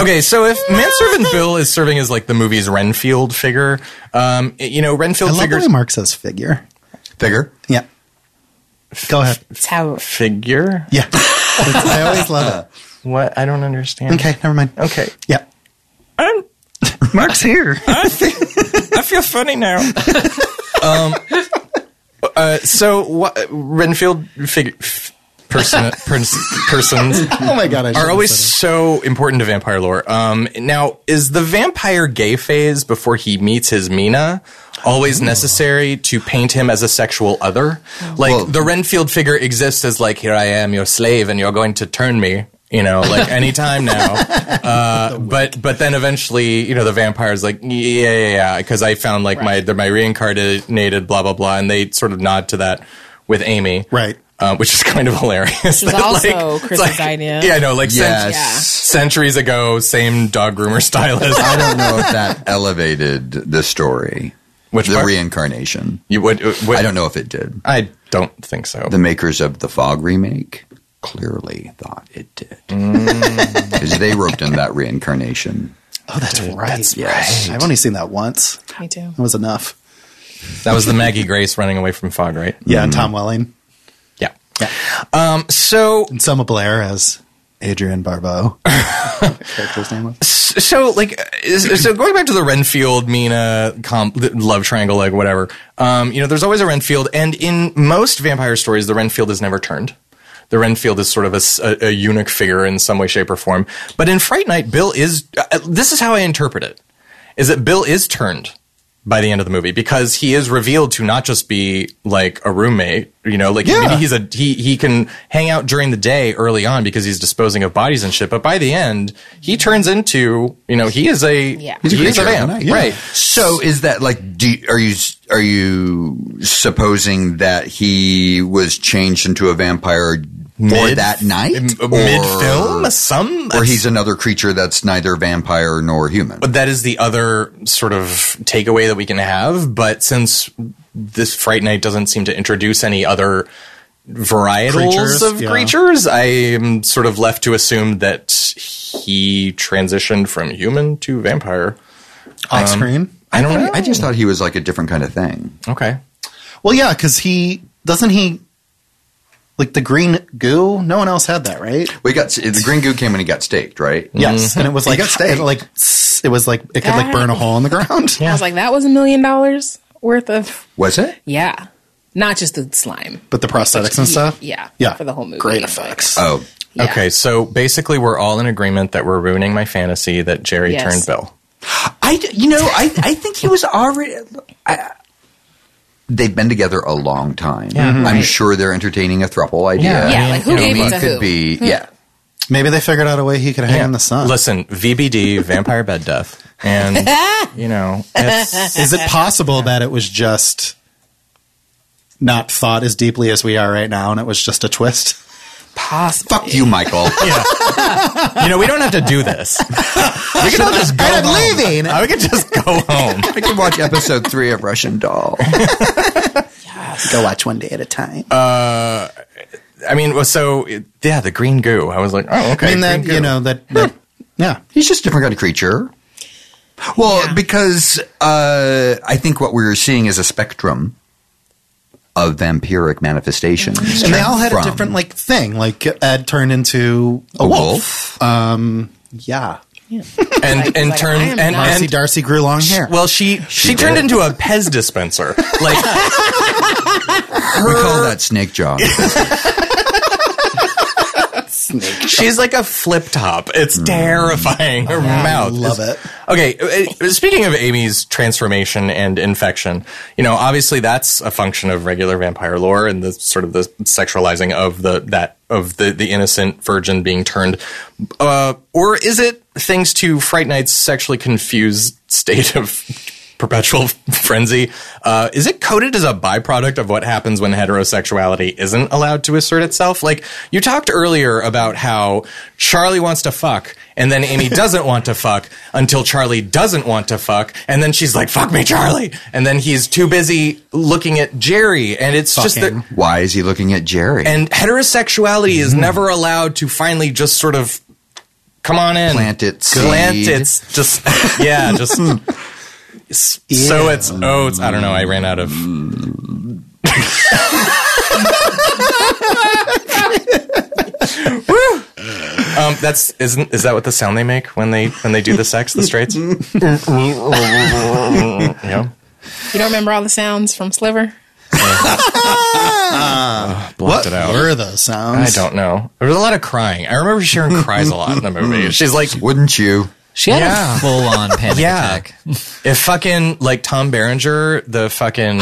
A: okay, so if Manservant Bill is serving as like the movie's Renfield figure, um, you know,
B: I
A: Renfield
B: love the
A: figures.
B: way Mark says figure.
D: Figure.
B: Yeah. Go ahead.
C: It's how
A: figure?
B: Yeah. It's- I always love
A: What? I don't
B: it.
A: understand.
B: Okay, never mind.
A: Okay.
B: Yeah.
A: I'm,
B: Mark's here.
A: I feel funny now. um, uh, so, what, Renfield figure. F- person, pers- persons.
B: oh my god, I
A: are
B: should've
A: always
B: said
A: so important to vampire lore. Um, now, is the vampire gay phase before he meets his Mina always necessary to paint him as a sexual other? Like
D: Well-
A: the Renfield figure exists as like, here I am, your slave, and you're going to turn me. You know, like anytime now. Uh, but but then eventually, you know, the vampire's like, yeah, yeah, yeah, because I found like my they're my reincarnated, blah blah blah, and they sort of nod to that with Amy,
B: Right.
A: Uh, which is kind of hilarious.
C: is
A: That,
C: also
A: it's
C: Chris's idea.
A: Yeah, I know, like cent-
D: Yes.
A: centuries ago, same dog groomer stylist.
D: I don't know if that elevated the story.
A: Which
D: the
A: part?
D: reincarnation.
A: you would, would-
D: I don't know if it did.
A: I don't think so.
D: the makers of the Fog remake clearly thought it did
A: Mm.
D: because they roped in that reincarnation.
B: Oh, that's right.
D: Yes.
B: I've only seen that once.
C: me too.
B: That was enough.
A: that was the Maggie Grace running away from fog, right?
B: Yeah, and Tom Welling
A: Yeah. Um, so
B: and Selma Blair as Adrian Barbeau. character's name was.
A: so like is- so going back to the renfield mina comp, the love triangle like whatever um, you know there's always a renfield and in most vampire stories the renfield is never turned the renfield is sort of a, s- a- a eunuch figure in some way shape or form but in fright night bill is uh, this is how i interpret it is that bill is turned by the end of the movie because he is revealed to not just be like a roommate you know like maybe he's a he he can hang out during the day early on because he's disposing of bodies and shit but by the end he turns into you know he is a
C: Yeah.
A: he is a
D: creature of
A: vamp
D: the night, yeah.
A: right
D: So is that like? Do, are you are you supposing that he was changed into a vampire for
A: Mid- uh,
D: that night, Or-
A: mid film some
D: or he's another creature that's neither vampire nor human?
A: But that is the other sort of takeaway that we can have. But since this Fright Night doesn't seem to introduce any other varietals
B: Creatures,
A: of
B: yeah.
A: creatures, I am sort of left to assume that he transitioned from human to vampire.
B: Off
A: Um,
B: screen?
A: I don't know.
D: I just thought he was like a different kind of thing.
A: Okay.
B: Well, yeah, because he. Doesn't he. Like the green goo? No one else had that, right?
D: We got the green goo came and he got staked, right?
B: Yes, and it was like
D: got steak.
B: it like s- it was like it could like
C: That-
B: burn a hole in the ground.
C: I was like, that was a million dollars worth of
D: Was it?
C: yeah, not just the slime.
B: But the prosthetics and stuff.
C: Yeah,
B: yeah,
C: for the whole movie.
B: Great
C: Like,
B: effects.
D: Oh,
C: yeah.
A: Okay. So basically, we're all in agreement that we're ruining my fantasy that Jerry
C: Yes.
A: turned Bill.
D: I d- you know I I think he was already. I, they've been together a long time. I'm sure they're entertaining a throuple idea.
C: Yeah, like, who
D: You know,
C: gave it
D: he
C: to
D: could
C: who?
D: be yeah.
B: Maybe they figured out a way he could hang in the sun.
A: Listen, VBD, vampire bed death, and you know, it's,
B: Is it possible that it was just not thought as deeply as we are right now, and it was just a twist?
C: possible.
D: Fuck you, Michael.
A: you know, we don't have to do this.
D: We can all just go home.
B: leaving.
A: I could just go home.
D: We can watch episode three of Russian Doll.
B: Go watch one day at a time.
A: I mean, well, so it- yeah, the green goo. I was like, oh, okay.
B: I mean that
A: green goo.
B: you know that, that yeah.
D: He's just a different kind of creature. Well, because uh, I think what we're seeing is a spectrum of vampiric manifestations,
B: And they all had a
D: from
B: different like thing. Like Ed turned into a,
D: a
B: wolf. Um,
D: wolf.
B: Yeah.
A: and
C: Like,
A: and
C: like,
A: turned
C: I am
A: and, and
C: not-
B: Darcy Darcy grew long hair.
A: well, she she, turned into a Pez dispenser. Like
D: we call that snake jaw.
A: she's like a flip top. It's terrifying. Her mouth.
B: Mm. love
A: is-
B: it.
A: Okay, uh, uh, speaking of Amy's transformation and infection, you know, obviously that's a function of regular vampire lore and the sort of the sexualizing of the that of the the innocent virgin being turned. Uh, or is it thanks to Fright Night's sexually confused state of perpetual frenzy? Uh, is it coded as a byproduct of what happens when heterosexuality isn't allowed to assert itself? Like you talked earlier about how Charlie wants to fuck and then Amy doesn't want to fuck until Charlie doesn't want to fuck. And then she's like, fuck me, Charlie. And then he's too busy looking at Jerry. And it's just that.
D: Why is he looking at Jerry?
A: And heterosexuality is never allowed to finally just sort of come on in.
D: Plant its
A: Plant
D: seed.
A: its. Just, yeah, just. s- So it's oats. I don't know. I ran out of. Woo. Um, that's isn't is that what the sound they make when they when they do the sex the straights? yeah.
C: You don't remember all the sounds from Sliver?
A: Blocked
B: what
A: it out.
B: were those
A: I
B: sounds?
A: don't know. There was a lot of crying. I remember Sharon cries a lot in the movie. She's like,
D: Wouldn't you?
F: She had
A: Yeah.
F: a full on panic
A: Yeah.
F: attack.
A: if fucking like Tom Berenger, the fucking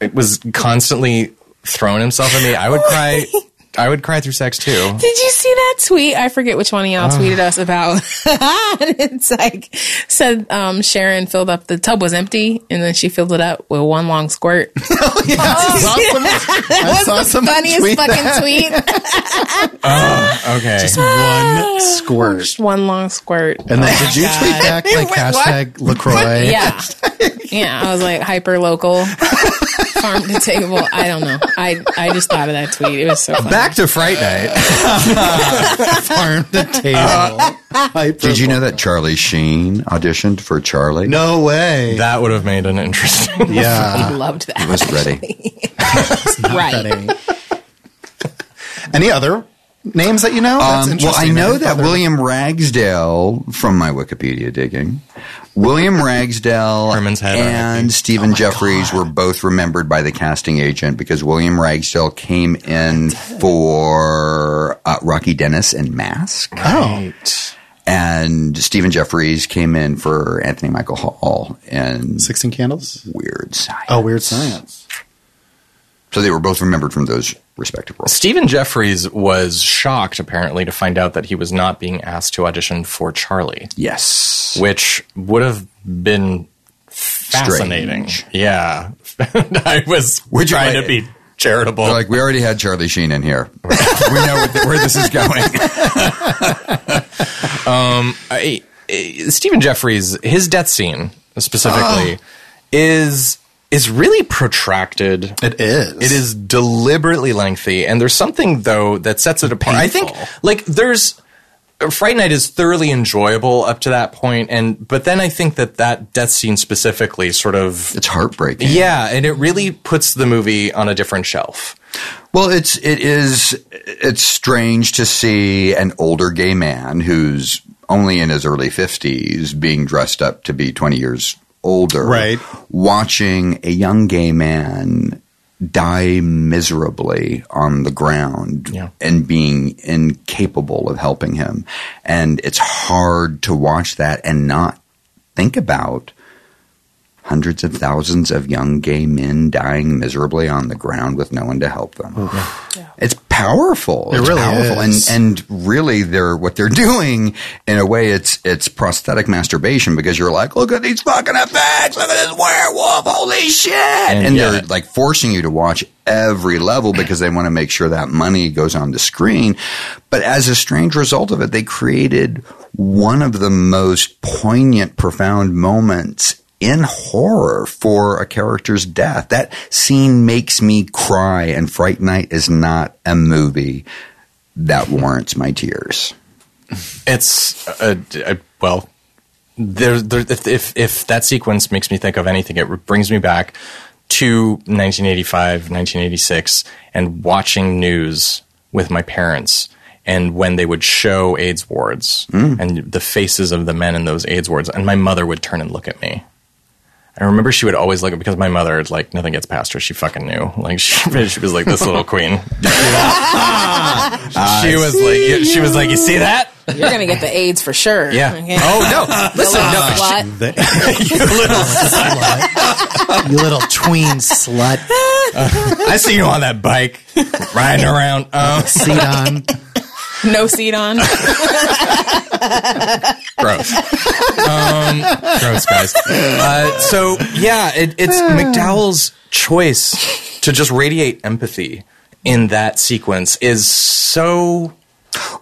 A: it was constantly throwing himself at me, I would cry. I would cry through sex too.
C: Did you see that tweet? I forget which one of
B: Ah.
C: y'all tweeted us about. And it's like said um, Sharon filled up the tub was empty, and then she filled it up with one long squirt.
B: Oh, Yeah, I saw some- I saw some
C: Funniest
B: tweet
C: fucking
B: that.
C: tweet.
A: Okay.
B: one squirt.
C: one long squirt. Oh
B: And then did you tweet back like hashtag Lacroix?
C: Yeah, yeah. I was like hyper local, farm to table. I don't know. I I just thought of that tweet. It was so funny.
A: Back to Fright Night.
B: farm to table. Hyper-
D: Did you know that Charlie Sheen auditioned for Charlie?
B: No way.
A: That would have made an interesting.
C: I
B: yeah.
C: loved that.
D: He was ready.
C: right.
B: Any other names that you know? That's
D: Um, well, I
B: interesting.
D: know
B: didn't
D: that
B: bother-
D: William Ragsdale from my Wikipedia digging. William Ragsdale
A: Herman's Head,
D: and
B: Oh
D: Stephen Jeffries were both remembered by the casting agent because William Ragsdale came in for uh, Rocky Dennis and Mask,
A: Right.
D: and Stephen Jeffries came in for Anthony Michael Hall and
B: Sixteen Candles.
D: Weird Science.
B: Oh, Weird Science.
D: So they were both remembered from those respective roles.
A: Stephen Jeffries was shocked, apparently, to find out that he was not being asked to audition for Charlie,
D: Yes.
A: which would have been fascinating.
D: Strange.
A: Yeah. I was
D: Would you
A: trying
D: like-
A: to be charitable.
D: They're like, we already had Charlie Sheen in here. we know what th- where this is going.
A: I, I- eh, Stephen Jeffries, his death scene
B: Ah.
A: specifically is is really protracted.
B: It is.
A: It is deliberately lengthy, and there's something though that sets it apart. I think like there's uh, Fright Night is thoroughly enjoyable up to that point, and but then I think that that death scene specifically sort of
D: It's heartbreaking.
A: yeah, and it really puts the movie on a different shelf.
D: Well, it's it is it's strange to see an older gay man who's only in his early 50s being dressed up to be 20 years older.
B: Right.
D: Watching a young gay man die miserably on the ground
A: Yeah.
D: and being incapable of helping him. And it's hard to watch that and not think about hundreds of thousands of young gay men dying miserably on the ground with no one to help them. It's powerful.
B: It
D: it's
B: really
D: powerful.
B: is.
D: And and really they're what they're doing in a way it's it's prosthetic masturbation because you're like, look at these fucking effects, look at this werewolf, holy shit. And, they're
A: yet-
D: like forcing you to watch every level because they want to make sure that money goes on the screen. But as a strange result of it, they created one of the most poignant, profound moments in horror for a character's death. That scene makes me cry, and Fright Night is not a movie that warrants my tears.
A: It's uh, uh, well, there, there, if, if if that sequence makes me think of anything, it brings me back to 1985, 1986, and watching news with my parents. And when they would show AIDS wards and the faces of the men in those AIDS wards, and my mother would turn and look at me. I remember she would always look at because my mother, like, nothing gets past her. She fucking knew. Like, she, she was like this little queen. she was like, she was like, you see that?
C: You're gonna get the AIDS for sure.
A: Yeah.
C: Okay.
A: Oh no! Listen,
C: Little
A: no.
C: slut.
A: you little,
B: you little tween slut.
A: I see you on that bike riding around. Um,
B: Seat on.
C: No seat on.
A: gross. Um, gross, guys. Uh, so yeah, it, it's McDowell's choice to just radiate empathy in that sequence is so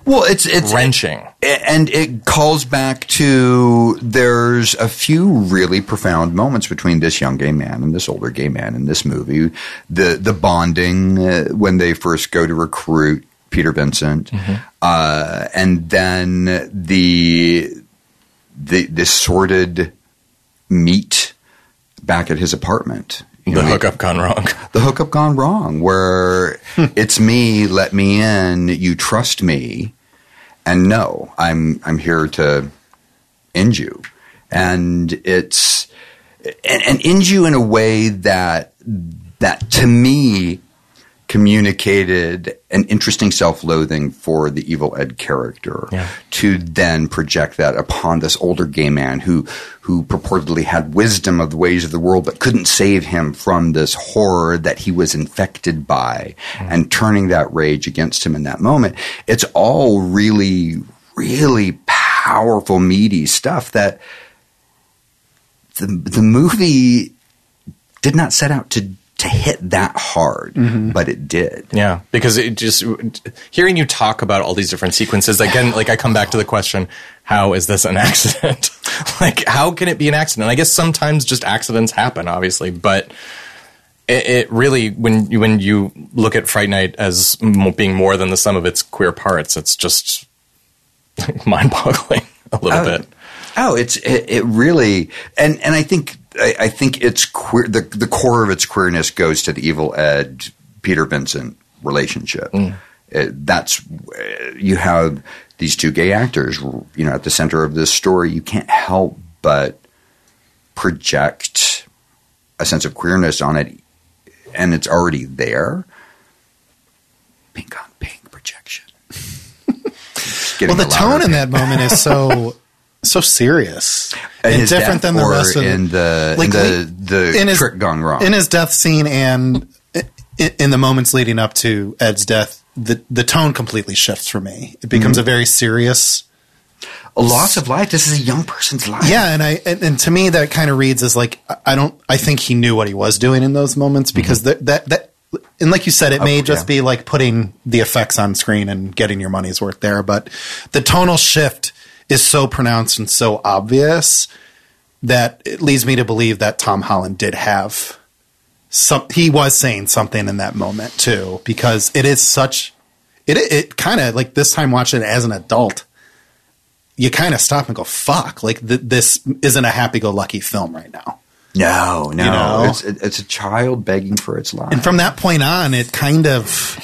D: Well, it's it's
A: wrenching.
D: and it calls back to there's a few really profound moments between this young gay man and this older gay man in this movie. The the bonding uh, when they first go to recruit Peter Vincent, uh, and then the the the sordid meet back at his apartment. You
A: The
D: know,
A: hookup gone wrong.
D: the hookup gone wrong where it's me let me in you trust me and no i'm i'm here to end you and it's and, and end you in a way that that to me communicated an interesting self-loathing for the evil ed character to then project that upon this older gay man who who purportedly had wisdom of the ways of the world but couldn't save him from this horror that he was infected by and turning that rage against him in that moment it's all really really powerful meaty stuff that the the movie did not set out to to hit that hard, but it did.
A: Yeah, because it just hearing you talk about all these different sequences again. Like I come back to the question: How is this an accident? like, how can it be an accident? I guess sometimes just accidents happen, obviously, but it, it really when you, when you look at Fright Night as m- being more than the sum of its queer parts, it's just mind-boggling a little bit.
D: Oh, it's it, it really and and I think I, I think it's queer. The
B: Mm.
D: the core of its queerness goes to the evil Ed Peter Vincent relationship. uh, that's uh, you have these two gay actors, you know, at the center of this story. You can't help but project a sense of queerness on it, and it's already there. Pink on pink projection. Just getting
B: Well, the
D: a louder
B: tone in
D: pink.
B: that moment is so so serious
D: In
B: and,
D: uh, his death
B: different than the
D: or
B: rest of
D: in the
B: Like,
D: in the, the trick gone wrong.
B: in his death scene and in, in the moments leading up to Ed's death. The the tone completely shifts for me. It becomes
D: Mm-hmm.
B: a very serious
D: a loss of life. This is a young person's life.
B: Yeah, and I and, and to me that kind of reads as like I- I don't I think he knew what he was doing in those moments because that that that and like you said it may
D: yeah.
B: just be like putting the effects on screen and getting your money's worth there, but the tonal shift is so pronounced and so obvious that it leads me to believe that Tom Holland did have some he was saying something in that moment too because it is such it it kind of like this time watching it as an adult you kind of stop and go, fuck, like th- this isn't a happy go lucky film right now.
D: No, no,
B: You know?
D: it's it, it's a child begging for its life.
B: And from that point on, it kind of,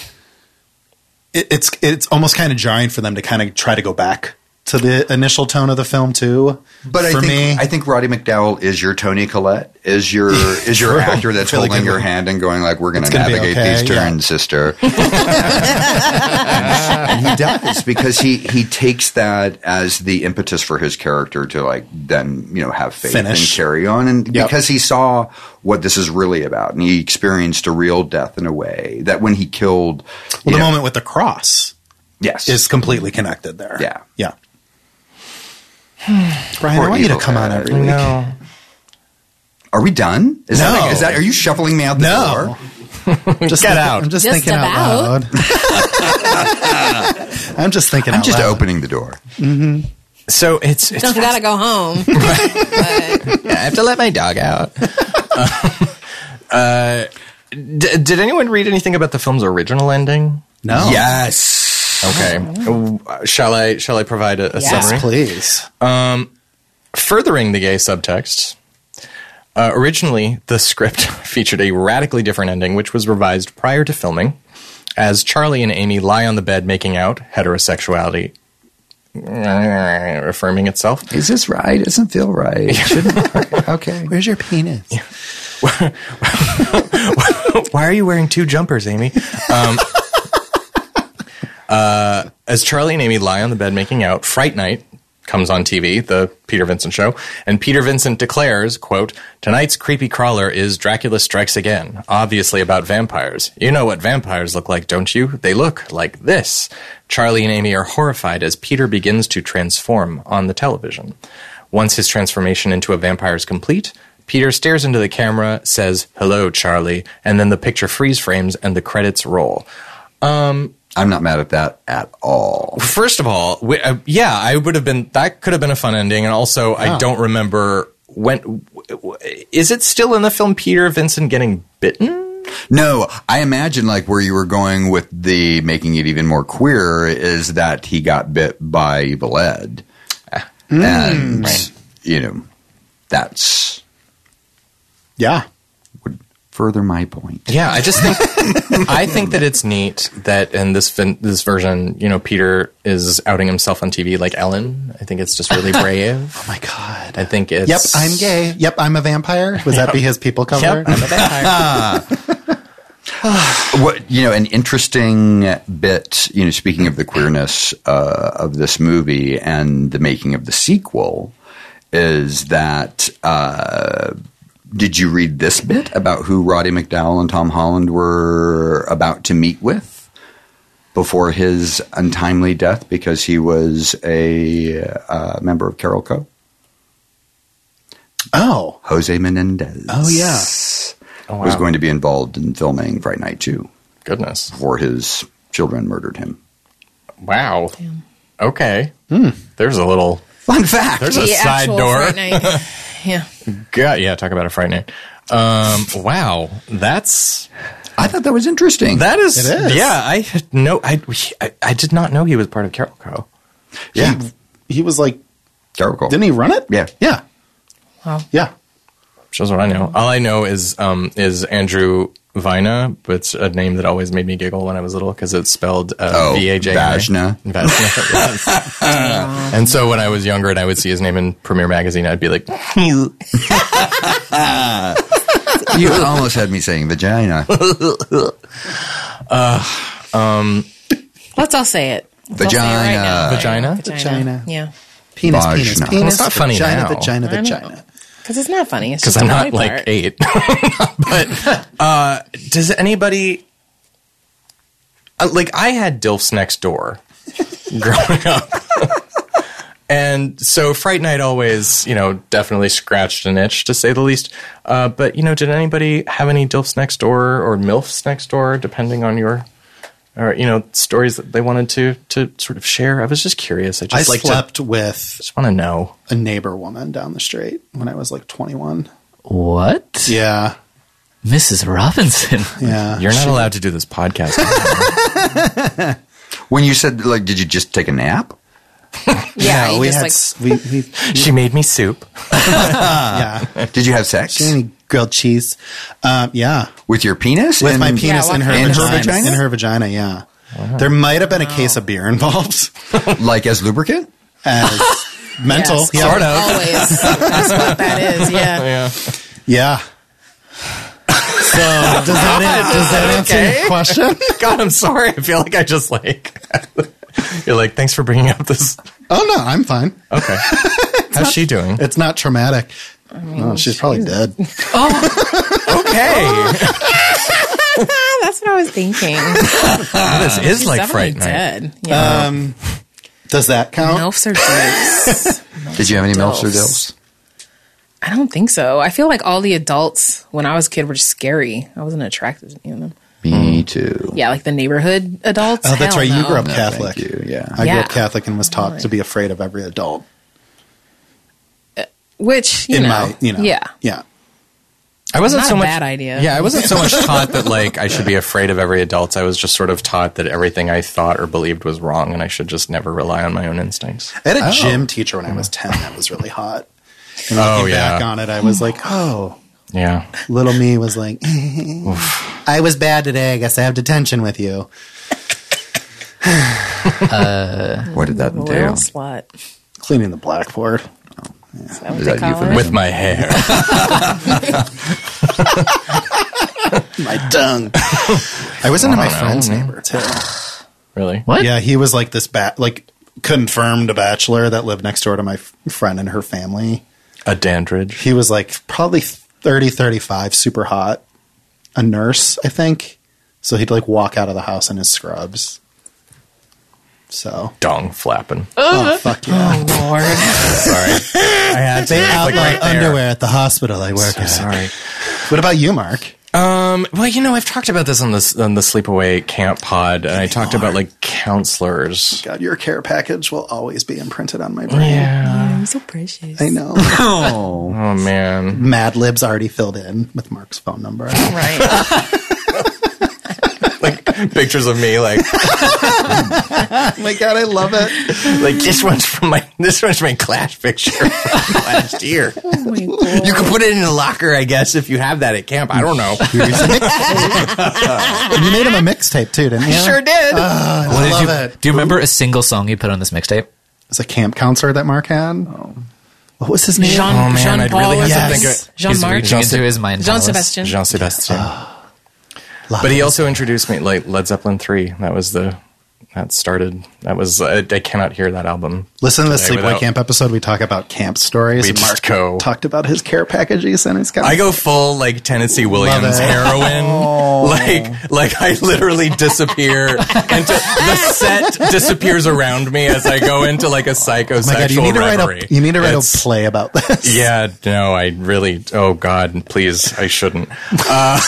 B: it, it's, it's almost kind of jarring for them to kind of try to go back to the initial tone of the film too.
D: But I
B: for
D: think
B: me,
D: I think Roddy McDowell is your Tony Collette, is your is your
B: Really-
D: actor that's
B: really
D: holding
B: good
D: your
B: one.
D: hand and going like, "We're going to
B: It's gonna be
D: navigate
B: okay,
D: these
B: yeah.
D: turns, sister." and he does because he he takes that as the impetus for his character to like then you know have faith
B: Finish.
D: and carry on, and
B: Yep.
D: because he saw what this is really about, and he experienced a real death in a way that when he killed,
B: well,
D: you
B: the
D: know-
B: moment with the cross
D: yes,
B: is completely connected there.
D: Yeah.
B: Yeah. Brian, I
D: Poor
B: want you to
D: evil
B: come on
D: guy.
B: every week.
A: No.
D: Are we done? Is that
B: No.
D: is that are you shuffling me out the
B: No.
D: door?
B: just
A: Get
B: thinking-
A: out.
B: I'm just,
C: Just
B: thinking
C: about.
B: out loud. I'm just thinking
D: I'm
B: out
D: just
B: loud.
D: opening the door.
A: So it's it's
C: Don't gotta go home.
A: I have to let my dog out. Uh, d- did anyone read anything about the film's original ending?
B: No.
A: Yes. Okay. Uh, Shall I shall I provide a, a
C: Yes,
A: summary?
B: Please.
A: Furthering the gay subtext. Uh, originally, the script featured a radically different ending, which was revised prior to filming, as Charlie and Amy lie on the bed making out, heterosexuality affirming itself.
D: Is this right? It doesn't feel right. Shouldn't- okay.
B: Where's your penis?
A: Why are you wearing two jumpers, Amy? Um, uh, as Charlie and Amy lie on the bed making out, Fright Night comes on TV, the Peter Vincent show, and Peter Vincent declares, quote, Tonight's creepy crawler is Dracula Strikes Again, obviously about vampires. You know what vampires look like, don't you? They look like this. Charlie and Amy are horrified as Peter begins to transform on the television. Once his transformation into a vampire is complete, Peter stares into the camera, says, Hello, Charlie, and then the picture freeze frames and the credits roll.
D: I'm not mad at that at all.
A: First of all, we, uh, yeah, I would have been, that could have been a fun ending. And also, I don't remember when, w- w- is it still in the film Peter Vincent getting bitten?
D: No, I imagine like where you were going with the making it even more queer is that he got bit by evil Ed.
B: Mm.
D: and, you know, that's
B: Yeah.
D: further my point.
A: Yeah, I just think, I think that it's neat that in this, vin- this version, you know, Peter is outing himself on TV like Ellen. I think it's just really brave. oh my God. I think it's.
B: Yep, I'm gay. Yep, I'm a vampire. Would that be his people cover?
A: Yep, I'm a vampire.
D: What you know, an interesting bit. You know, speaking of the queerness uh, of this movie and the making of the sequel, is that uh, did you read this bit about who Roddy McDowell and Tom Holland were about to meet with before his untimely death because he was a uh, member of Carol Co.
B: Oh,
D: Jose Menendez.
B: Oh, yeah.
A: Oh,
D: was
A: wow.
D: going to be involved in filming Fright Night Two
A: Goodness.
D: before his children murdered him.
A: Wow. Hmm. Okay. There's a little.
D: Fun fact.
A: There's a side door.
C: Fright night. Yeah.
A: God, yeah, talk about a frightening. Um, wow, that's
D: I thought that was interesting.
A: that is,
B: It is.
A: yeah. I had no, I, he- I I did not know he was part of Carol Co.
D: yeah,
B: he was like,
D: Gargoyle.
B: didn't he run it?
D: Yeah.
B: yeah,
C: Wow.
B: yeah.
A: Shows what I know. All I know is um is Andrew Vina, but it's a name that always made me giggle when I was little because it's spelled uh,
D: Oh,
A: V A J I.
D: Vajna.
A: Vajna, yes. and so when I was younger and I would see his name in Premiere Magazine, I'd be like,
D: You almost had me saying vagina.
C: Let's all say it. Let's all say it right now.
A: vagina?
D: Vagina.
C: Vagina. Yeah.
B: Penis,
D: Vagina.
B: penis,
D: Well,
B: penis.
A: it's not funny
B: vagina,
A: now.
B: vagina,
C: I know.
B: vagina.
C: Because it's not funny. It's
A: Because
C: just
A: I'm
C: a
A: not
C: body
A: like
C: part.
A: eight. but uh, does anybody. uh, like, I had DILFs next door growing up. And so Fright Night always, you know, definitely scratched an itch to say the least. Uh, but you know, did anybody have any DILFs next door or MILFs next door, depending on your, or you know, stories that they wanted to to sort of share? I was just curious. I
B: I
A: just like
B: slept
A: to
B: with
A: just want to know.
B: a neighbor woman down the street when I was like 21.
F: What?
B: Yeah.
F: Mrs. Robinson.
B: Yeah.
A: You're not allowed to do this podcast.
D: When you said, like, did you just take a nap?
C: Yeah.
B: No,
C: you
B: we
C: just,
B: had
C: like,
B: s- we, we
A: she made me soup.
B: yeah.
D: Did you have sex
B: Any grilled cheese? Um, yeah,
D: with your penis?
B: with my
D: And-
B: penis
C: Yeah,
B: in her
C: what
D: kind of
B: vagina,
D: vagina?
B: In her vagina, yeah. There might have been a case of beer involved.
D: Like as lubricant?
B: As mental,
C: yes,
B: yeah.
C: Always. That's what that is. Yeah.
B: Yeah. So does that, an- does that answer your question?
A: God, I'm sorry. I feel like I just like you're like. Thanks for bringing up this.
B: Oh no, I'm fine.
A: Okay, how's she doing?
B: It's not traumatic. oh, she's probably dead.
A: Okay,
C: Oh, Ah, That's what I was thinking.
A: this is like
C: Definitely
A: Fright Night.
C: dead. Yeah.
B: Does that count?
C: MILFs are dicks.
D: Did you have any milfs or dilfs?
C: Dilfs. I don't think so. I feel like all the adults when I was a kid were just scary. I wasn't attracted to any of them.
D: Me too.
C: Yeah, like the neighborhood adults.
B: Oh, that's
C: Hell
B: right. You
C: no.
B: grew up
D: No,
B: Catholic.
D: Thank you. Yeah.
B: I grew
C: Yeah.
B: up Catholic and was taught to be afraid of every adult.
C: which you
B: In
C: know,
B: my, you know,
C: yeah,
B: yeah.
A: I wasn't
C: Not
A: so
C: a
A: much
C: bad idea.
A: Yeah, I wasn't so much taught that like I should be afraid of every adult. I was just sort of taught that everything I thought or believed was wrong, and I should just never rely on my own instincts.
B: I had a gym teacher when I was ten that was really hot. And looking
A: Oh, yeah.
B: back on it, I was like, oh,
A: Yeah,
B: little me was like, I was bad today. I guess I have detention with you. Uh,
D: What did that
C: little
D: entail?
C: slut.
B: Cleaning the blackboard.
C: Is that what
D: Is
C: they
D: that
C: call it?
D: euphemism?
A: with my hair.
B: My tongue. I was into my friend's neighbor too.
A: really?
F: What?
B: Yeah, he was like this bat, like confirmed bachelor that lived next door to my f- friend and her family.
A: A Dandridge?
B: He was like probably 30, 35, super hot. A nurse, I think. So he'd like walk out of the house in his scrubs. So,
A: Dong flapping.
B: oh fuck yeah!
C: Lord.
A: Sorry, I had to
B: They
A: like,
B: outlaw
A: right there.
B: underwear at the hospital I work at.
A: Sorry.
B: What about you, Mark?
A: Um, well, you know, I've talked about this on this on the sleepaway camp pod, and I talked about like counselors.
B: God, your care package will always be imprinted on my brain.
C: I'm so precious.
B: I know.
A: Oh man,
B: Mad Lib's already filled in with Mark's phone number.
C: Right.
A: pictures of me like
B: oh my god, I love it.
A: like this one's from my this one's my class picture from last year. You can put it in a locker, I guess, if you have that at camp. I don't know.
B: you made him a mixtape too, didn't you?
A: sure did.
B: I
F: What did
B: love
F: you,
B: it.
F: Do you remember a single song you put on this mixtape?
B: It's a camp counselor that Mark had. What was his name?
C: Jean,
A: Oh, man,
C: Jean
A: I'd
C: Paul.
A: really have
C: was-
B: to think
A: of-
C: Jean
F: He's
C: Marc.
F: reaching into his mind.
C: John
F: palace.
C: Sebastian.
A: Jean Sebastian. but he also introduced me like Led Zeppelin three. That was the that started. That was I, I cannot hear that album.
B: Listen to the
A: today
B: Sleepaway
A: without-
B: Camp episode. We talk about camp stories.
A: We
B: and
A: just go-
B: talked about his care packages and his.
A: I go full like Tennessee Williams
B: it. Oh.
A: heroin. Like like I literally disappear into the set disappears around me as I go into like a psychosexual
B: Oh My God, you need to write
A: reverie.
B: a you need to write
A: It's-
B: a play about this.
A: yeah, no, I really. Oh God, please, I shouldn't. Uh,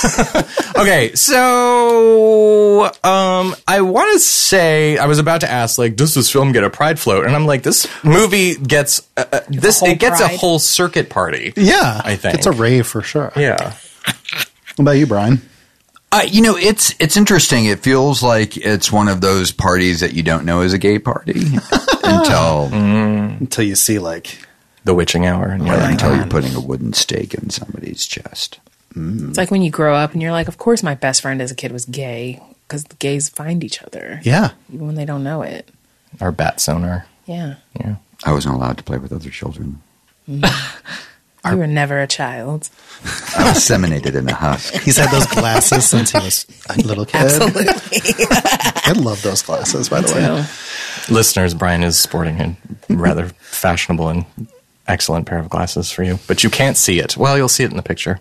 A: okay, so um, I want to say I was about to ask, like, does this film get a pride float? And I'm like, this movie gets uh, uh, this.
C: whole
A: It gets a
C: pride.
A: whole circuit party.
B: Yeah,
A: I think.
B: it's a rave for sure.
A: Yeah.
B: What about you, Brian?
D: Uh, you know, it's it's interesting. It feels like it's one of those parties that you don't know is a gay party until
B: Mm. Until you see like
A: The witching hour. And you're like,
D: until you're putting a wooden stake in somebody's chest.
C: It's like when you grow up and you're like, of course my best friend as a kid was gay because the gays find each other.
B: Yeah.
C: Even when they don't know it.
A: Our bat sonar.
C: Yeah.
A: Yeah.
D: I wasn't allowed to play with other children.
C: You were never a child.
D: I was seminated in a husk.
B: He's had those glasses since he was a little kid.
C: Absolutely.
B: I love those glasses, by the way.
A: Listeners, Brian is sporting a rather fashionable and excellent pair of glasses for you, but you can't see it. Well, you'll see it in the picture.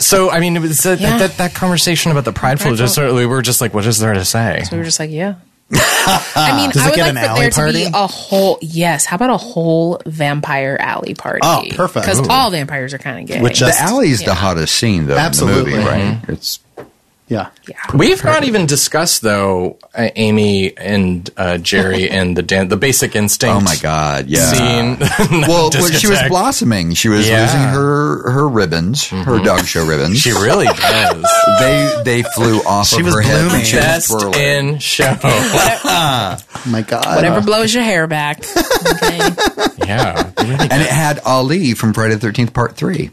A: so, I mean, it was that,
C: Yeah.
A: that, that conversation about the prideful, just sort of, we were just like, what is there to say?
C: So we were just like, yeah. I mean,
B: Does it
C: I would
B: get
C: like
B: an
C: for
B: alley
C: there
B: party?
C: to be a whole, yes, how about a whole vampire alley party?
B: Oh, perfect.
C: Because
B: Ooh.
C: all vampires are kind of gay.
B: With just-
D: The alley's the hottest scene, though,
B: Absolutely. Mm-hmm.
D: in the movie, right? It's oh
B: Yeah.
A: We've not even discussed, though, uh, Amy and uh, Jerry and the dan- the basic instinct.
D: oh my god, yeah.
A: Scene.
D: Well, well, she was
A: Discotheque.
D: blossoming. She was
A: Yeah.
D: losing her her ribbons, her
B: Mm-hmm.
D: dog show ribbons.
A: She really does.
D: they they flew off
B: She
D: of
B: was
D: her head
B: blooming.
D: and she was
A: Best
D: twirling.
A: in show.
B: Oh my God.
C: Whatever blows your hair back. Okay. Oh
A: yeah. Really
D: and it had Ali from Friday the Thirteenth Part Three.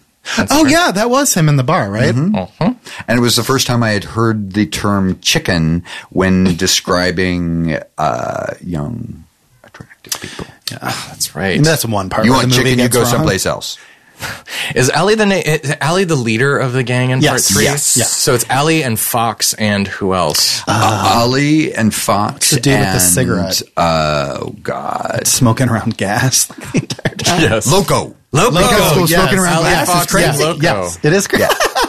B: Oh, yeah. That was him in the bar, right?
D: Mm-hmm.
A: Oh,
D: And it was the first time I had heard the term chicken when describing uh, young attractive people.
A: That's right.
B: And that's one part.
D: You
B: where the
D: want
B: movie
D: chicken, you
B: gets
D: go
B: wrong.
D: someplace else.
A: Is Allie the na- is Allie the leader of the gang in part
B: Yes.
A: three?
B: Yes. Uh, Yeah.
A: So it's Allie and Fox and who else?
D: Ali and Fox.
B: the dude with the
D: and,
B: cigarette?
D: uh, Oh, God.
B: Smoking around gas. Like the entire time.
A: yes.
D: Loco.
A: Loco.
B: Loco,
A: yes.
B: smoking around
A: Allie
B: glasses,
A: Fox is
B: crazy.
A: Loco.
B: Yes, it is crazy.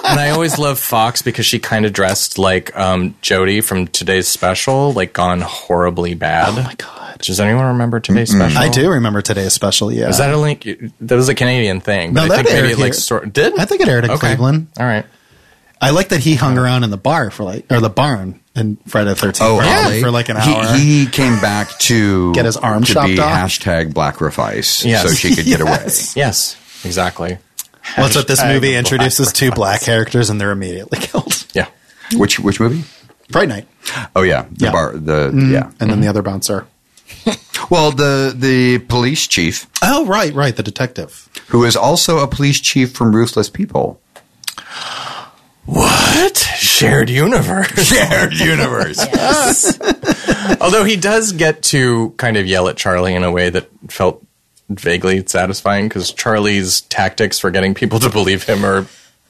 A: and I always love Fox because she kind of dressed like um, Jody from today's special, like gone horribly bad. Oh my god! Does anyone remember today's special?
B: I do remember today's special. Yeah,
A: Is that a link? That was a Canadian thing, but
B: No,
A: I think
B: that
A: maybe it
B: aired
A: like
B: here.
A: sort did.
B: I think it aired in
A: Okay.
B: Cleveland.
A: All right.
B: I like that he hung around in the bar for like or the barn in Friday the Thirteenth
D: Oh,
B: probably
D: Ali.
B: for like an
D: He-
B: hour.
D: He, came back to
B: Get his arm
D: to
B: chopped
D: be
B: off.
D: hashtag Blackrifice
A: Yes.
D: so she could get away.
A: Yes. Exactly.
B: Well, that's what this
A: Hashtag
B: movie
A: black
B: introduces two black characters and they're immediately killed.
A: Yeah.
D: Which which movie?
B: Fright Night,
D: Oh yeah, the
B: Yeah. Mm-hmm.
D: bar. The yeah.
B: and then the other bouncer.
D: Well, the the police chief
B: Oh, right, right, the detective.
D: who is also a police chief from Ruthless People.
A: What shared universe?
D: Shared universe.
A: Although he does get to kind of yell at Charlie in a way that felt vaguely satisfying because Charlie's tactics for getting people to believe him are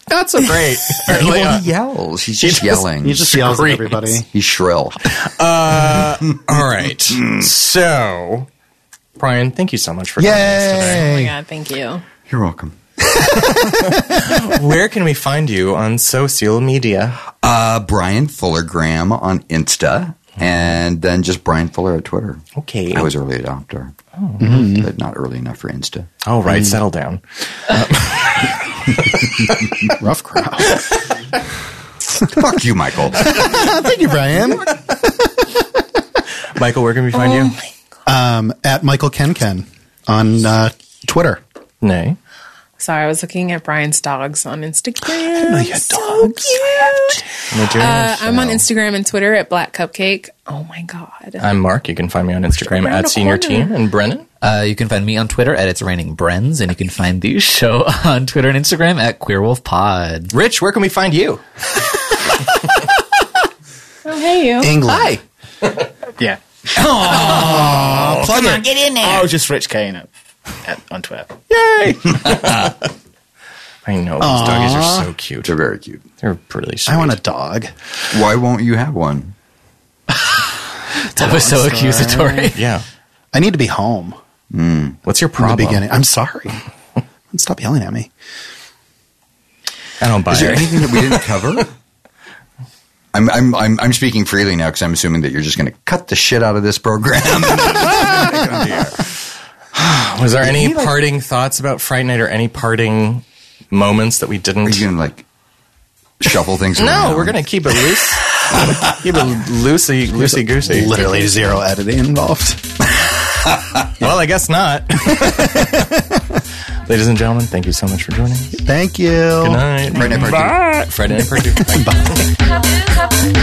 A: not so great. early
D: Well,
A: on.
D: he yells. He's just, yelling.
B: He just yells at
A: Screams.
B: everybody.
D: He's shrill.
A: All right. Hmm. So, Brian, thank you so much for joining us today.
C: Oh my
B: Yay!
C: God. Thank you.
D: You're welcome.
A: Where can we find you on social media?
D: Uh, Brian Fuller Graham on Insta, and then just Brian Fuller at Twitter.
A: Okay.
D: I was early adopter,
A: Oh,
D: but not early enough for Insta.
A: All
D: Hmm.
A: right, settle down.
B: Rough crowd.
D: Fuck you, Michael.
B: Thank you, Brian.
A: Michael, where can we find you?
B: Um, at Michael Ken Ken on uh, Twitter.
A: Nay.
C: Sorry, I was looking at Brian's dogs on Instagram. Uh, I'm on Instagram and Twitter at Black Cupcake. Oh my God.
A: I'm Mark. You can find me on Instagram
C: Around
A: at
C: the
A: senior
C: corner.
A: team and Brennan.
F: Uh, you can find me on Twitter at It's Raining Brens, and you can find the show on Twitter and Instagram at Queer Wolf Pod.
A: Rich, where can we find you?
C: oh, hey, you.
B: England.
E: Yeah.
B: Plug it.
E: Oh, just Rich Kane at, at, on Twitter.
A: Yay! I know these doggies are so cute.
D: They're very cute.
A: They're pretty sweet.
B: I want a dog.
D: Why won't you have one?
F: That was so accusatory.
A: Yeah.
B: I need to be home
A: What's your
B: from
A: problem?
B: the beginning. I'm sorry. Stop yelling at me.
A: I don't buy
D: Is there
A: it.
D: anything that we didn't cover? I'm, I'm, I'm, I'm speaking freely now because I'm assuming that you're just going to cut the shit out of this program.
A: Was there any parting thoughts about Fright Night or any parting moments that we didn't?
D: Are you going to like shuffle things around?
A: no, we're gonna keep it loose. keep it loosey, loosey goosey.
B: Literally zero editing involved.
A: Well, I guess not. Ladies and gentlemen, thank you so much for joining. us.
B: Oh, Thank you.
A: Good night.
D: Friday night part two.
A: Friday night. Friday night.
I: Cup, cup,